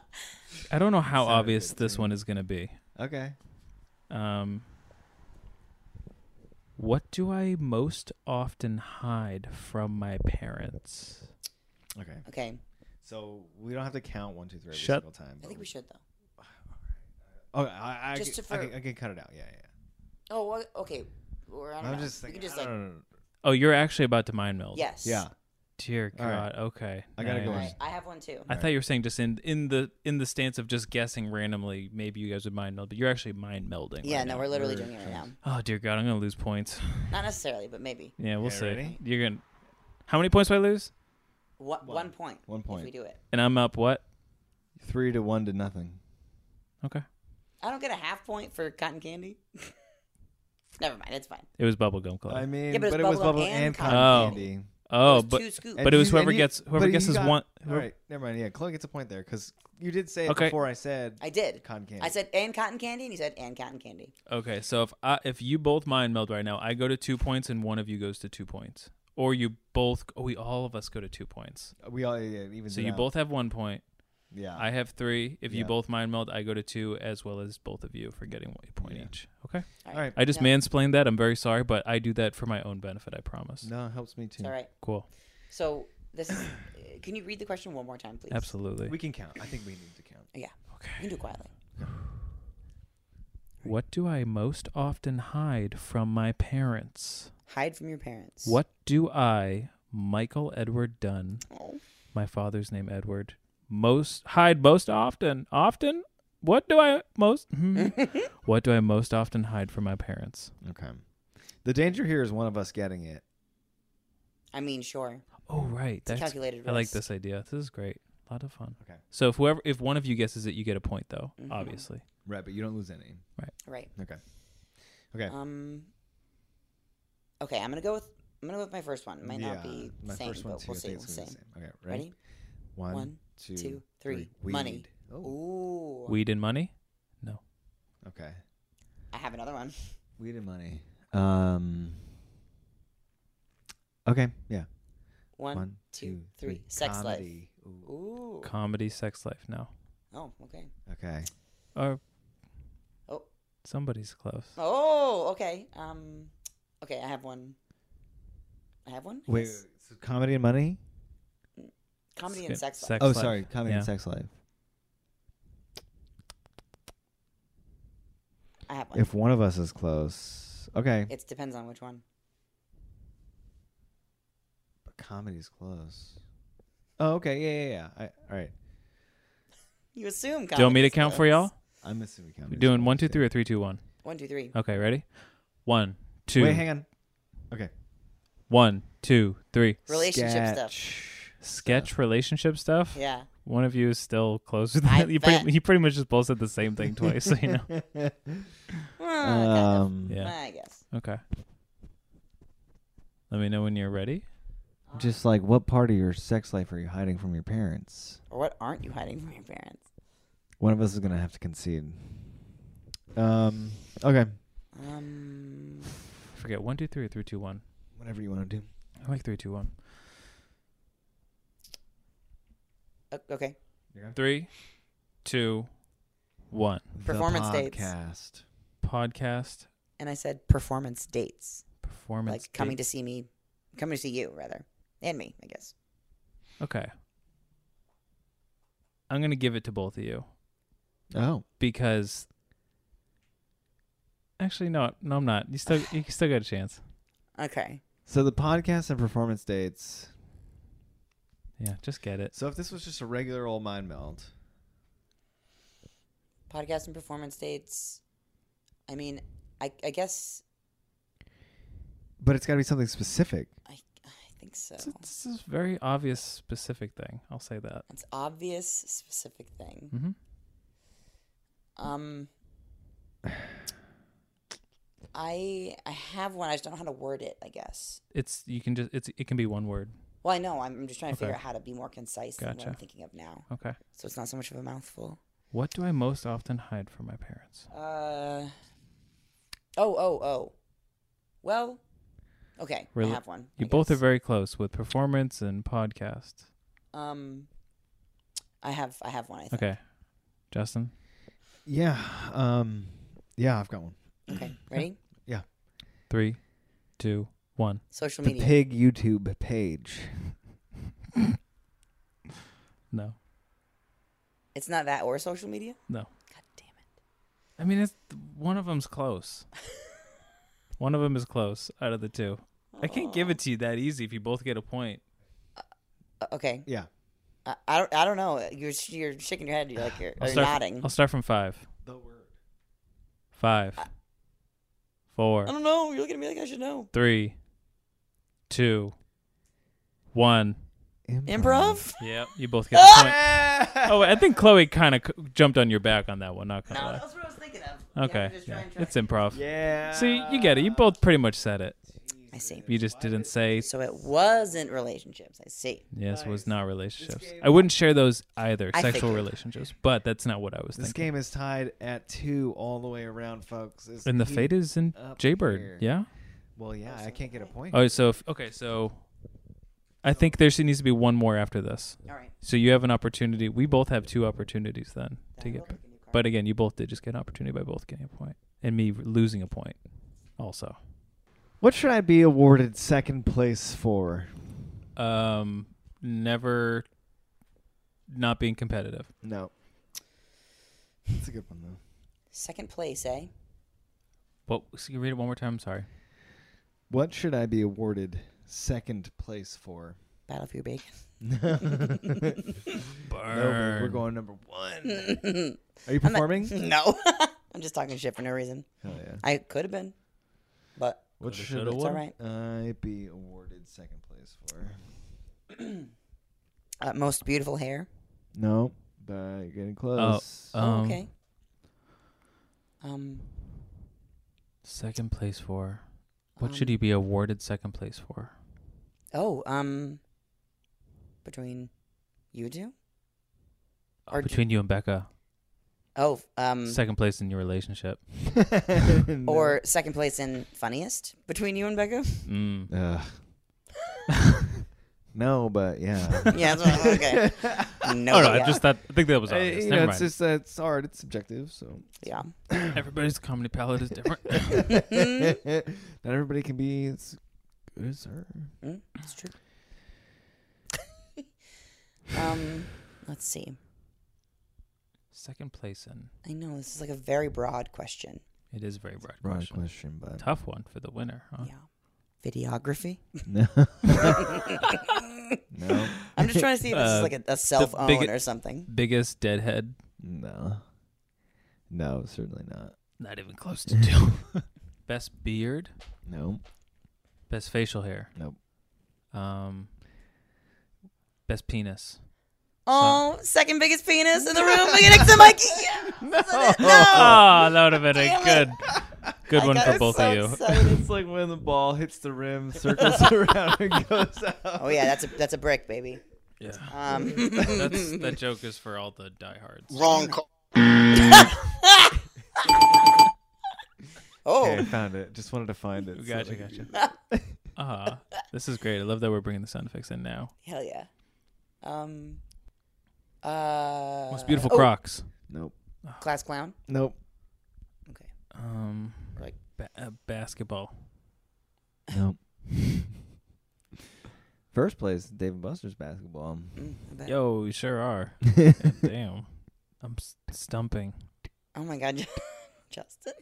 Speaker 3: I don't know how
Speaker 1: Sounded
Speaker 3: obvious
Speaker 1: good
Speaker 3: this
Speaker 1: too.
Speaker 3: one is going to be.
Speaker 1: Okay.
Speaker 3: Um, what do I most often hide from my parents?
Speaker 1: Okay.
Speaker 2: Okay.
Speaker 1: So we don't have to count one, two, three every
Speaker 3: Shut-
Speaker 1: single time.
Speaker 2: I
Speaker 1: but
Speaker 2: think we should though.
Speaker 1: Oh, I, I,
Speaker 2: Just
Speaker 1: can,
Speaker 2: to
Speaker 1: I,
Speaker 2: for-
Speaker 1: can, I can cut it out. Yeah, yeah.
Speaker 2: Oh, well, okay. We're on.
Speaker 1: I'm just thinking.
Speaker 2: We can just
Speaker 1: I
Speaker 2: like.
Speaker 1: don't know.
Speaker 3: Oh, you're actually about to mind meld.
Speaker 2: Yes.
Speaker 1: Yeah.
Speaker 3: Dear
Speaker 1: All right.
Speaker 3: God. Okay.
Speaker 1: I gotta go
Speaker 3: nice.
Speaker 1: in.
Speaker 2: Right, I have one too.
Speaker 3: I thought you were saying just in in the in the stance of just guessing randomly. Maybe you guys would mind meld, but you're actually mind melding.
Speaker 2: Yeah,
Speaker 3: right
Speaker 2: no,
Speaker 3: now.
Speaker 2: we're literally doing it right now.
Speaker 3: Oh dear God, I'm gonna lose points.
Speaker 2: Not necessarily, but maybe.
Speaker 3: Yeah, we'll
Speaker 1: Yeah,
Speaker 3: see.
Speaker 1: ready?
Speaker 3: You're gonna. How many points do I lose?
Speaker 2: What, one, point.
Speaker 1: One
Speaker 2: If we
Speaker 1: point.
Speaker 2: do it.
Speaker 3: And I'm up what?
Speaker 1: Three to one to nothing.
Speaker 3: Okay.
Speaker 2: I don't get a half point for cotton candy. Never mind. It's fine.
Speaker 3: It was bubblegum club.
Speaker 1: I mean,
Speaker 2: Yeah, but
Speaker 1: but,
Speaker 2: it's
Speaker 1: it was
Speaker 2: bubble
Speaker 1: bubble
Speaker 2: and
Speaker 1: and,
Speaker 2: cotton
Speaker 1: cotton
Speaker 3: candy.
Speaker 1: candy.
Speaker 3: oh,
Speaker 2: There's
Speaker 3: but
Speaker 2: two scoops.
Speaker 3: but it was whoever gets whoever
Speaker 1: but you
Speaker 3: guesses
Speaker 1: got-
Speaker 3: one.
Speaker 1: All
Speaker 3: whoever-
Speaker 1: right, never mind. Yeah, Chloe gets a point there because you did say it
Speaker 3: Okay.
Speaker 1: before I said
Speaker 2: I did.
Speaker 1: cotton candy.
Speaker 2: I said and cotton candy, and he said and cotton candy.
Speaker 3: Okay, so if I, if you both mind meld right now, I go to two points and one of you goes to two points, or you both. Oh, we all of us go to two points.
Speaker 1: we all yeah, even.
Speaker 3: So you both have one point.
Speaker 1: Yeah.
Speaker 3: I have three. If you
Speaker 1: Yeah.
Speaker 3: both mind meld, I go to two, as well as both of you for getting one point
Speaker 1: Yeah.
Speaker 3: each. Okay.
Speaker 1: all right.
Speaker 3: I just
Speaker 2: No.
Speaker 3: mansplained that. I'm very sorry, but I do that for my own benefit. I promise.
Speaker 1: No, it helps me too.
Speaker 2: It's all right.
Speaker 3: Cool.
Speaker 2: So this is. Can you read the question one more time, please?
Speaker 3: Absolutely.
Speaker 1: We can count. I think we need to count.
Speaker 2: Yeah. You
Speaker 3: okay.
Speaker 2: can do it quietly.
Speaker 3: What do I most often hide from my parents?
Speaker 2: Hide from your parents.
Speaker 3: What do I, Michael Edward Dunn,
Speaker 2: Oh.
Speaker 3: my father's name Edward, most hide most often? Often? What do I most? hmm. what do I most often hide from my parents?
Speaker 1: Okay. The danger here is one of us getting it.
Speaker 2: I mean, sure.
Speaker 3: Oh, right.
Speaker 2: a
Speaker 3: That's
Speaker 2: calculated
Speaker 3: I like
Speaker 2: risk.
Speaker 3: this idea. This is great. A lot of fun.
Speaker 1: Okay.
Speaker 3: So if whoever, if one of you guesses it, you get a point, though.
Speaker 2: Mm-hmm.
Speaker 3: Obviously.
Speaker 1: Right, but you don't lose any.
Speaker 2: Right.
Speaker 1: Okay. Okay.
Speaker 2: Um. Okay, I'm gonna go with I'm gonna go with my first one. Might not
Speaker 1: Yeah,
Speaker 2: be
Speaker 1: my
Speaker 2: same,
Speaker 1: first one
Speaker 2: but
Speaker 1: too.
Speaker 2: we'll
Speaker 1: I
Speaker 2: see.
Speaker 1: think
Speaker 2: We'll
Speaker 1: it's
Speaker 2: see.
Speaker 1: gonna be the same. Okay, ready?
Speaker 2: Ready? One,
Speaker 1: two,
Speaker 2: two, three.
Speaker 1: Weed.
Speaker 2: Money.
Speaker 1: Oh,
Speaker 2: Ooh.
Speaker 3: Weed and money.
Speaker 1: okay.
Speaker 2: I have another one.
Speaker 1: Weed and money. Um. Okay. Yeah.
Speaker 2: One.
Speaker 1: One,
Speaker 2: two,
Speaker 1: two,
Speaker 2: three.
Speaker 1: three.
Speaker 2: Sex life.
Speaker 1: Comedy. Ooh.
Speaker 2: Ooh.
Speaker 3: Comedy, sex life. No.
Speaker 2: Oh, okay.
Speaker 1: Okay.
Speaker 3: Or.
Speaker 2: Oh.
Speaker 3: Somebody's close.
Speaker 2: Oh, okay. Um, okay. I have one. I have one. I
Speaker 1: Wait.
Speaker 2: guess.
Speaker 1: So comedy and money.
Speaker 2: comedy
Speaker 3: It's
Speaker 2: and
Speaker 3: good.
Speaker 2: sex. life.
Speaker 3: Sex
Speaker 1: oh,
Speaker 3: life.
Speaker 1: sorry. Comedy
Speaker 3: Yeah.
Speaker 1: and sex life.
Speaker 2: I have one.
Speaker 1: If one of us is close, okay.
Speaker 2: It depends on which one.
Speaker 1: But comedy's close. Oh, okay. Yeah, yeah, yeah. I, all right.
Speaker 2: You assume.
Speaker 3: Do you want me to count for y'all?
Speaker 1: I'm assuming comedy.
Speaker 3: We're doing one, two, three, or three, two, one.
Speaker 2: One, two, three.
Speaker 3: Okay, ready? One, two,
Speaker 1: Wait, hang on. Okay.
Speaker 3: one, two, three.
Speaker 2: Relationship stuff.
Speaker 1: Sketch.
Speaker 3: Sketch relationship stuff.
Speaker 2: Yeah.
Speaker 3: One of you is still close. With
Speaker 2: I
Speaker 3: that. You
Speaker 2: bet.
Speaker 3: pretty, you pretty much just both said the same thing twice. So you know.
Speaker 2: Uh, kind of.
Speaker 1: Um,
Speaker 3: Yeah.
Speaker 2: I guess.
Speaker 3: Okay. Let me know when you're ready.
Speaker 1: Just like what part of your sex life are you hiding from your parents?
Speaker 2: Or what aren't you hiding from your parents?
Speaker 1: One of us is gonna have to concede. Um. Okay.
Speaker 2: Um.
Speaker 3: I forget one, two, three, or three, two, one.
Speaker 1: Whatever you want to do.
Speaker 3: I like three, two, one.
Speaker 2: o- Okay.
Speaker 3: Three, two, one.
Speaker 2: Performance
Speaker 1: the
Speaker 2: dates.
Speaker 1: podcast.
Speaker 3: Podcast
Speaker 2: And I said performance dates,
Speaker 3: performance.
Speaker 2: like coming
Speaker 3: date.
Speaker 2: to see me, coming to see you rather, and me, I guess.
Speaker 3: Okay. I'm gonna give it to both of you.
Speaker 1: Oh.
Speaker 3: because actually no no I'm not. You still you still got a chance.
Speaker 2: Okay.
Speaker 1: So the podcast and performance dates.
Speaker 3: Yeah, just get it.
Speaker 1: So if this was just a regular old mind meld,
Speaker 2: podcast and performance dates. I mean, I, I guess
Speaker 1: but it's got to be something specific.
Speaker 2: I, I think so.
Speaker 3: It's, it's this very obvious specific thing. I'll say that.
Speaker 2: It's obvious, specific thing.
Speaker 3: Mhm. Mm-hmm.
Speaker 2: Um, I I have one. I just don't know how to word it. I guess.
Speaker 3: It's you can just it's it can be one word.
Speaker 2: Well, I know. I'm, I'm just trying to figure
Speaker 3: Okay.
Speaker 2: out how to be more concise than what I'm
Speaker 3: Gotcha.
Speaker 2: thinking of now,
Speaker 3: Okay.
Speaker 2: so it's not so much of a mouthful.
Speaker 3: What do I most often hide from my parents?
Speaker 2: Uh, Oh, oh, oh. Well, okay.
Speaker 3: Rel-
Speaker 2: I have one.
Speaker 3: You
Speaker 2: I
Speaker 3: both are
Speaker 2: guess.
Speaker 3: very close with performance and podcast.
Speaker 2: Um, I have, I have one. I think.
Speaker 3: Okay. Justin?
Speaker 1: Yeah. Um, yeah, I've got one.
Speaker 2: Okay. Ready?
Speaker 3: Three, two, one.
Speaker 2: Social
Speaker 1: The
Speaker 2: media.
Speaker 1: pig YouTube page.
Speaker 3: No.
Speaker 2: It's not that or social media.
Speaker 3: No.
Speaker 2: God damn it.
Speaker 3: I mean, it's one of them's close. one of them is close out of the two. I can't give it to you that easy if you both get a point.
Speaker 2: Uh, okay.
Speaker 1: Yeah.
Speaker 2: I, I don't. I don't know. You're sh- you're shaking your head. You're like you're, or you're
Speaker 3: start fr-
Speaker 2: nodding.
Speaker 3: I'll start from five.
Speaker 1: The word.
Speaker 3: Five, four,
Speaker 2: I don't know. You're looking at me like I should know.
Speaker 3: three, two, one.
Speaker 2: Improv.
Speaker 3: Yep, you both get the point. Oh, I think Chloe kind of c- jumped on your back on that one. Not gonna
Speaker 2: No,
Speaker 3: lie.
Speaker 2: that's what I was thinking of.
Speaker 3: Uh, Okay, yeah, it's
Speaker 2: it.
Speaker 3: improv.
Speaker 1: Yeah.
Speaker 3: See, you get it. You both pretty much said it.
Speaker 2: I see.
Speaker 3: You just didn't say
Speaker 2: So it wasn't relationships. I see.
Speaker 3: yes was not relationships. I wouldn't share those either,
Speaker 2: I
Speaker 3: sexual
Speaker 2: figured.
Speaker 3: relationships. But that's not what I was
Speaker 1: This
Speaker 3: thinking.
Speaker 1: game is tied at two all the way around, folks. It's
Speaker 3: And the
Speaker 1: keep-
Speaker 3: fate is in
Speaker 1: up
Speaker 3: Jaybird.
Speaker 1: here.
Speaker 3: Yeah.
Speaker 1: Well, yeah, I can't get a point.
Speaker 3: All right. So if, okay, so I think there should- needs to be one more after this.
Speaker 2: All right.
Speaker 3: So you have an opportunity. We both have two opportunities then to get. But again, you both did just get an opportunity by both getting a point and me losing a point, also.
Speaker 1: What should I be awarded second place for?
Speaker 3: Um, never not being competitive.
Speaker 1: No. That's a good one though.
Speaker 2: Second place, eh?
Speaker 3: But so you read it one more time. I'm sorry.
Speaker 1: What should I be awarded second place for?
Speaker 2: Battle for your bacon.
Speaker 1: No, we're- we're going number one. Are you performing?
Speaker 2: No, I'm just talking shit for no reason.
Speaker 1: Hell yeah.
Speaker 2: I could have been, but
Speaker 1: What
Speaker 3: Coulda,
Speaker 1: should
Speaker 3: shoulda,
Speaker 2: it's all right.
Speaker 1: I be awarded second place for?
Speaker 2: Uh, most beautiful hair.
Speaker 1: No, but you're getting close.
Speaker 3: uh, Um,
Speaker 2: oh, okay. Um,
Speaker 3: Second place for. What
Speaker 2: Um,
Speaker 3: should you be awarded second place for?
Speaker 2: Oh, um, between you two?
Speaker 3: Oh,
Speaker 2: or d-
Speaker 3: between you and Becca,
Speaker 2: Oh, um,
Speaker 3: second place in your relationship.
Speaker 1: No.
Speaker 2: or second place in funniest between you and Becca?
Speaker 3: Mm.
Speaker 1: Ugh. no, but yeah.
Speaker 2: yeah, that's what, okay. No,
Speaker 3: Oh no,
Speaker 2: yeah.
Speaker 3: I just thought I think that was
Speaker 1: Uh,
Speaker 3: obvious.
Speaker 1: you
Speaker 3: Never
Speaker 1: know, it's
Speaker 3: mind.
Speaker 1: just that it's art. It's subjective, so
Speaker 2: yeah.
Speaker 3: Everybody's comedy palette is different.
Speaker 1: not everybody can be as good as her.
Speaker 2: Mm, it's true. um, let's see.
Speaker 3: second place in.
Speaker 2: I know this is like a very broad question.
Speaker 3: It is a very broad
Speaker 1: Wrong
Speaker 3: question.
Speaker 1: question, but
Speaker 3: Tough one for the winner. Huh?
Speaker 2: Yeah. Videography.
Speaker 1: no, no,
Speaker 2: I'm just trying to see if this
Speaker 3: Uh,
Speaker 2: is like a, a cell phone
Speaker 3: bigot-
Speaker 2: or something.
Speaker 3: Biggest deadhead.
Speaker 1: no, no, certainly not.
Speaker 3: Not even close to two. Best beard.
Speaker 1: No,
Speaker 3: Best facial hair.
Speaker 1: Nope.
Speaker 3: Um. Best penis.
Speaker 2: Oh, second biggest penis in the room. Bigot X and Mikey. Yes, that's it. No.
Speaker 3: Oh, that would have been a
Speaker 2: Damn it.
Speaker 3: good, good
Speaker 2: I
Speaker 3: one
Speaker 2: got
Speaker 3: for both
Speaker 2: so
Speaker 3: of you.
Speaker 2: excited.
Speaker 1: it's like when the ball hits the rim, circles around, and goes out.
Speaker 2: Oh yeah, that's a that's a brick, baby.
Speaker 3: Yeah.
Speaker 2: Um,
Speaker 3: That's that joke is for all the diehards.
Speaker 7: Wrong call.
Speaker 2: oh,
Speaker 1: Okay, I found it. Just wanted to find it. so
Speaker 3: Gotcha,
Speaker 1: that-
Speaker 3: gotcha. Ah, this is great. I love that we're bringing the sound effects in now.
Speaker 2: hell yeah. Um, uh,
Speaker 3: Most beautiful
Speaker 2: oh,
Speaker 3: Crocs.
Speaker 1: Nope,
Speaker 2: class clown.
Speaker 1: nope,
Speaker 2: Okay,
Speaker 3: Um,
Speaker 2: like
Speaker 3: ba- uh, basketball.
Speaker 1: nope. First place, Dave and Buster's basketball.
Speaker 2: mm, I bet.
Speaker 3: Yo, we sure are. Damn, I'm s- stumping.
Speaker 2: Oh my god, Justin.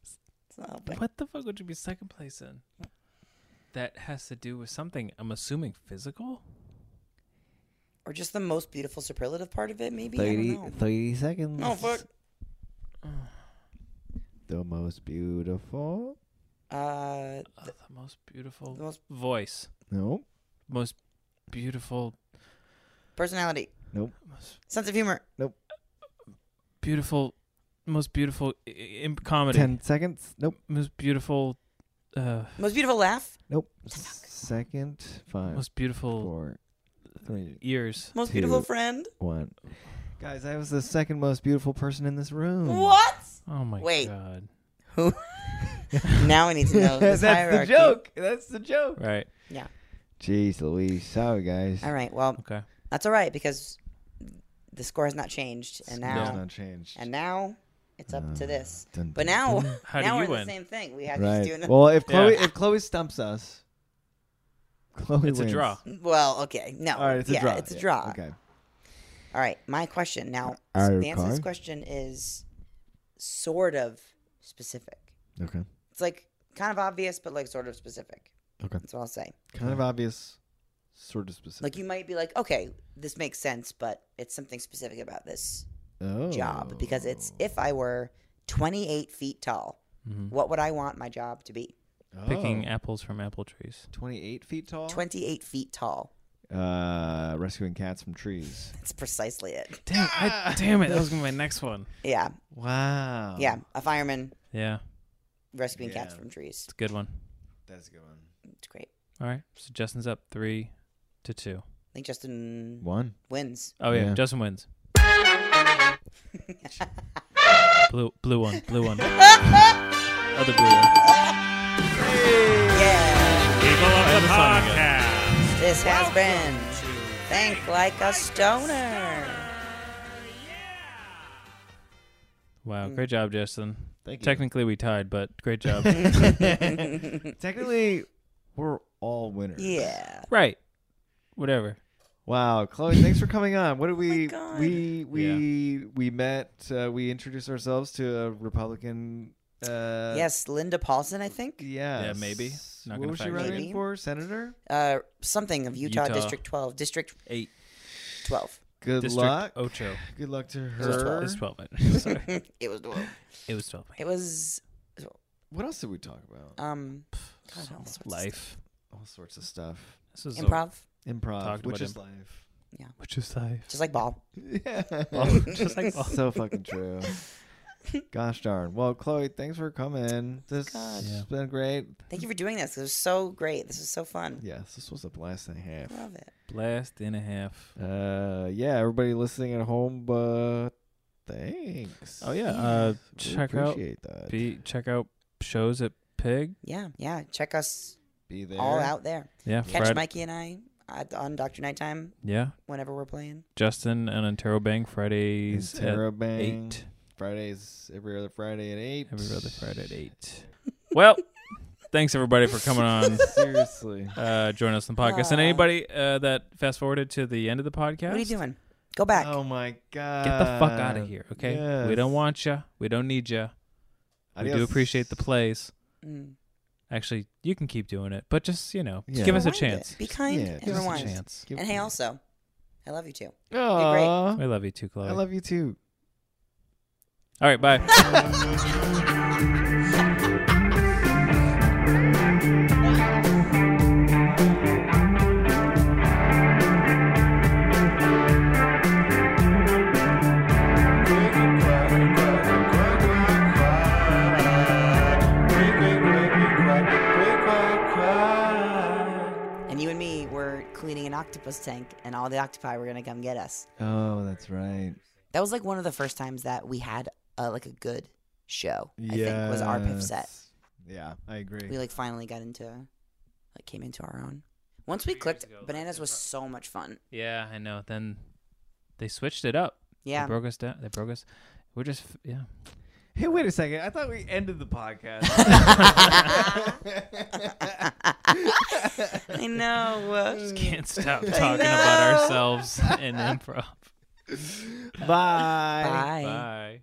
Speaker 2: It's not helping.
Speaker 3: What the fuck would you be second place in? That has to do with something. I'm assuming physical.
Speaker 2: Or just the most beautiful superlative part of it, maybe. I
Speaker 1: 30,
Speaker 2: don't know.
Speaker 1: 30 seconds.
Speaker 2: No fuck.
Speaker 1: The most beautiful.
Speaker 2: Uh,
Speaker 3: Uh, the most beautiful
Speaker 2: the most
Speaker 3: voice.
Speaker 1: Nope.
Speaker 3: Most beautiful.
Speaker 2: personality,
Speaker 3: Most
Speaker 2: sense of humor.
Speaker 3: beautiful. Most beautiful i- i- imp- comedy.
Speaker 1: Ten seconds. Nope.
Speaker 3: most beautiful uh
Speaker 2: Most beautiful laugh.
Speaker 1: Nope. Second. Five.
Speaker 3: most beautiful
Speaker 1: four, three,
Speaker 3: ears
Speaker 2: Most
Speaker 1: Two.
Speaker 2: beautiful friend.
Speaker 1: one. Hmm. Guys, I was the second most beautiful person in this room.
Speaker 2: What?
Speaker 3: oh my
Speaker 2: Wait.
Speaker 3: god
Speaker 2: Who? now I need to know. This hierarchy.
Speaker 1: That's the joke.
Speaker 3: Right.
Speaker 2: Yeah.
Speaker 1: Jeez Louise. Sorry, guys.
Speaker 2: All right. Well,
Speaker 3: Okay.
Speaker 2: that's all right because the score has not changed, and now
Speaker 1: It's not Uh, changed.
Speaker 2: and now it's up to this.
Speaker 1: dun,
Speaker 2: But
Speaker 1: dun,
Speaker 2: now,
Speaker 3: Mm-hmm. How do
Speaker 2: Oh, now
Speaker 3: you
Speaker 2: we're in the
Speaker 3: win?
Speaker 2: same thing. We have to just do
Speaker 1: Right.
Speaker 2: another.
Speaker 1: Well, if Chloe
Speaker 3: Yeah.
Speaker 1: if Chloe stumps us, Chloe
Speaker 3: It's a
Speaker 1: wins.
Speaker 3: draw.
Speaker 2: Well, okay. No.
Speaker 1: All right, it's
Speaker 2: yeah,
Speaker 1: a draw.
Speaker 2: It's a
Speaker 1: Yeah,
Speaker 2: draw.
Speaker 1: Okay.
Speaker 2: All right. My question now.
Speaker 1: All right,
Speaker 2: the answer to this
Speaker 1: Kai.
Speaker 2: question is sort of specific.
Speaker 1: Okay.
Speaker 2: It's like kind of obvious, but like sort of specific.
Speaker 1: Okay.
Speaker 2: That's what I'll say.
Speaker 1: Kind of obvious, sort of specific.
Speaker 2: Like you might be like, okay, this makes sense, but it's something specific about this
Speaker 1: oh.
Speaker 2: job because it's if I were 28 feet tall,
Speaker 3: Mm-hmm.
Speaker 2: what would I want my job to be?
Speaker 3: Picking
Speaker 1: Oh.
Speaker 3: apples from apple trees.
Speaker 1: 28 feet tall.
Speaker 2: 28 feet tall.
Speaker 1: Uh, rescuing cats from trees.
Speaker 2: That's precisely it.
Speaker 3: Damn, I, damn it. That was going to be my next one.
Speaker 2: Yeah.
Speaker 1: Wow.
Speaker 2: Yeah. A fireman
Speaker 3: Yeah.
Speaker 2: rescuing cats
Speaker 1: Yeah.
Speaker 2: from trees.
Speaker 3: It's a good one.
Speaker 1: That's a good one.
Speaker 2: It's great.
Speaker 3: All right. So Justin's up three to two.
Speaker 2: I think Justin
Speaker 1: One.
Speaker 2: wins.
Speaker 3: Oh, yeah.
Speaker 1: Yeah.
Speaker 3: Justin wins. blue, blue one. Blue one. Other blue one.
Speaker 2: Yeah.
Speaker 6: People of the
Speaker 3: song
Speaker 6: podcast.
Speaker 2: This has been Think Like a Stoner.
Speaker 3: Wow.
Speaker 2: Mm.
Speaker 3: Great job, Justin.
Speaker 1: Thank you.
Speaker 3: Technically, we tied, but great job.
Speaker 1: Technically, we're all winners.
Speaker 2: Yeah.
Speaker 3: right. Whatever.
Speaker 1: Wow, Chloe, thanks for coming on. What did we
Speaker 2: Oh God.
Speaker 1: we we we met? Uh, we introduced ourselves to a Republican. Uh,
Speaker 2: Yes, Linda Paulson, I think.
Speaker 1: Yes.
Speaker 3: Yeah, maybe.
Speaker 1: what
Speaker 3: Not gonna
Speaker 1: was she
Speaker 3: fact
Speaker 1: running
Speaker 2: check.
Speaker 1: for? Senator.
Speaker 2: Uh, something of Utah,
Speaker 3: Utah.
Speaker 2: District 12. District
Speaker 3: Eight.
Speaker 2: 12.
Speaker 1: Good
Speaker 3: District
Speaker 1: luck.
Speaker 3: Ocho.
Speaker 1: Good luck to
Speaker 3: It was
Speaker 1: her.
Speaker 3: 12. It's 12. mate. Sorry.
Speaker 2: it was 12.
Speaker 3: It was 12.
Speaker 2: It was,
Speaker 1: What else did we talk about?
Speaker 2: um, God, all sorts of
Speaker 3: Life.
Speaker 1: All sorts of stuff.
Speaker 3: This is
Speaker 2: improv,
Speaker 1: Improv,
Speaker 3: Talked
Speaker 1: which
Speaker 3: about
Speaker 1: is
Speaker 3: imp-
Speaker 1: life.
Speaker 3: Which is life.
Speaker 2: just like ball.
Speaker 1: Yeah,
Speaker 3: just like Bob.
Speaker 1: so fucking true. Gosh darn. Well, Chloe, thanks for coming. This has
Speaker 3: Yeah.
Speaker 1: been great.
Speaker 2: Thank you for doing this. It was so great. This was so fun.
Speaker 1: Yes, this was a blast and a half.
Speaker 2: Love it.
Speaker 3: Blast and a half.
Speaker 1: Uh, yeah, everybody listening at home, but thanks.
Speaker 3: Oh, yeah. Uh,
Speaker 1: We
Speaker 3: check out
Speaker 1: appreciate that.
Speaker 3: be, check out shows at Pig.
Speaker 2: Yeah, yeah. Check us
Speaker 1: Be there.
Speaker 2: all out there.
Speaker 3: Yeah,
Speaker 2: Catch
Speaker 3: Fred-
Speaker 2: Mikey and I at, on Doctor Nighttime
Speaker 3: Yeah,
Speaker 2: whenever we're playing.
Speaker 3: Justin and Ontario Bang Fridays
Speaker 1: Intero
Speaker 3: at
Speaker 1: Bang.
Speaker 3: eight.
Speaker 1: Fridays every other Friday at eight.
Speaker 3: Every other Friday at eight. well, thanks everybody for coming on.
Speaker 1: Seriously.
Speaker 3: Uh, join us on the podcast. And
Speaker 2: Aw.
Speaker 3: anybody uh, that fast forwarded to the end of the podcast,
Speaker 2: What are you doing? Go back.
Speaker 1: Oh my god.
Speaker 3: Get the fuck
Speaker 1: Uh,
Speaker 3: out of here, okay? We don't want you. We don't need you. We do
Speaker 1: Adios.
Speaker 3: appreciate the plays.
Speaker 2: Mm.
Speaker 3: Actually, you can keep doing it, but just you know, just
Speaker 1: Yeah.
Speaker 3: give us a
Speaker 2: Rewind it.
Speaker 3: chance.
Speaker 2: Be kind
Speaker 1: Yeah,
Speaker 2: and
Speaker 1: give us a
Speaker 3: Give us
Speaker 2: rewind.
Speaker 3: a chance.
Speaker 1: Give-
Speaker 2: And hey, also, I love you too.
Speaker 1: Aw.
Speaker 3: I love you too, Chloe.
Speaker 1: I love you too.
Speaker 3: All right, bye.
Speaker 2: And you and me were cleaning an octopus tank, and all the octopi were gonna come get us.
Speaker 1: Oh, that's right.
Speaker 2: That was like one of the first times that we had uh, like a good show. I think was our piff set.
Speaker 1: Yes. Yeah, I
Speaker 2: we
Speaker 1: agree.
Speaker 2: like finally got into like came into our own once we clicked bananas was so much fun
Speaker 3: yeah, I know. Then they switched it up.
Speaker 2: yeah
Speaker 3: They broke us down. They broke us. We're just f- yeah.
Speaker 1: Hey, wait a second. I thought we ended the podcast.
Speaker 2: i know
Speaker 3: Can't stop talking about ourselves and improv.
Speaker 1: Bye.
Speaker 2: bye
Speaker 3: Bye.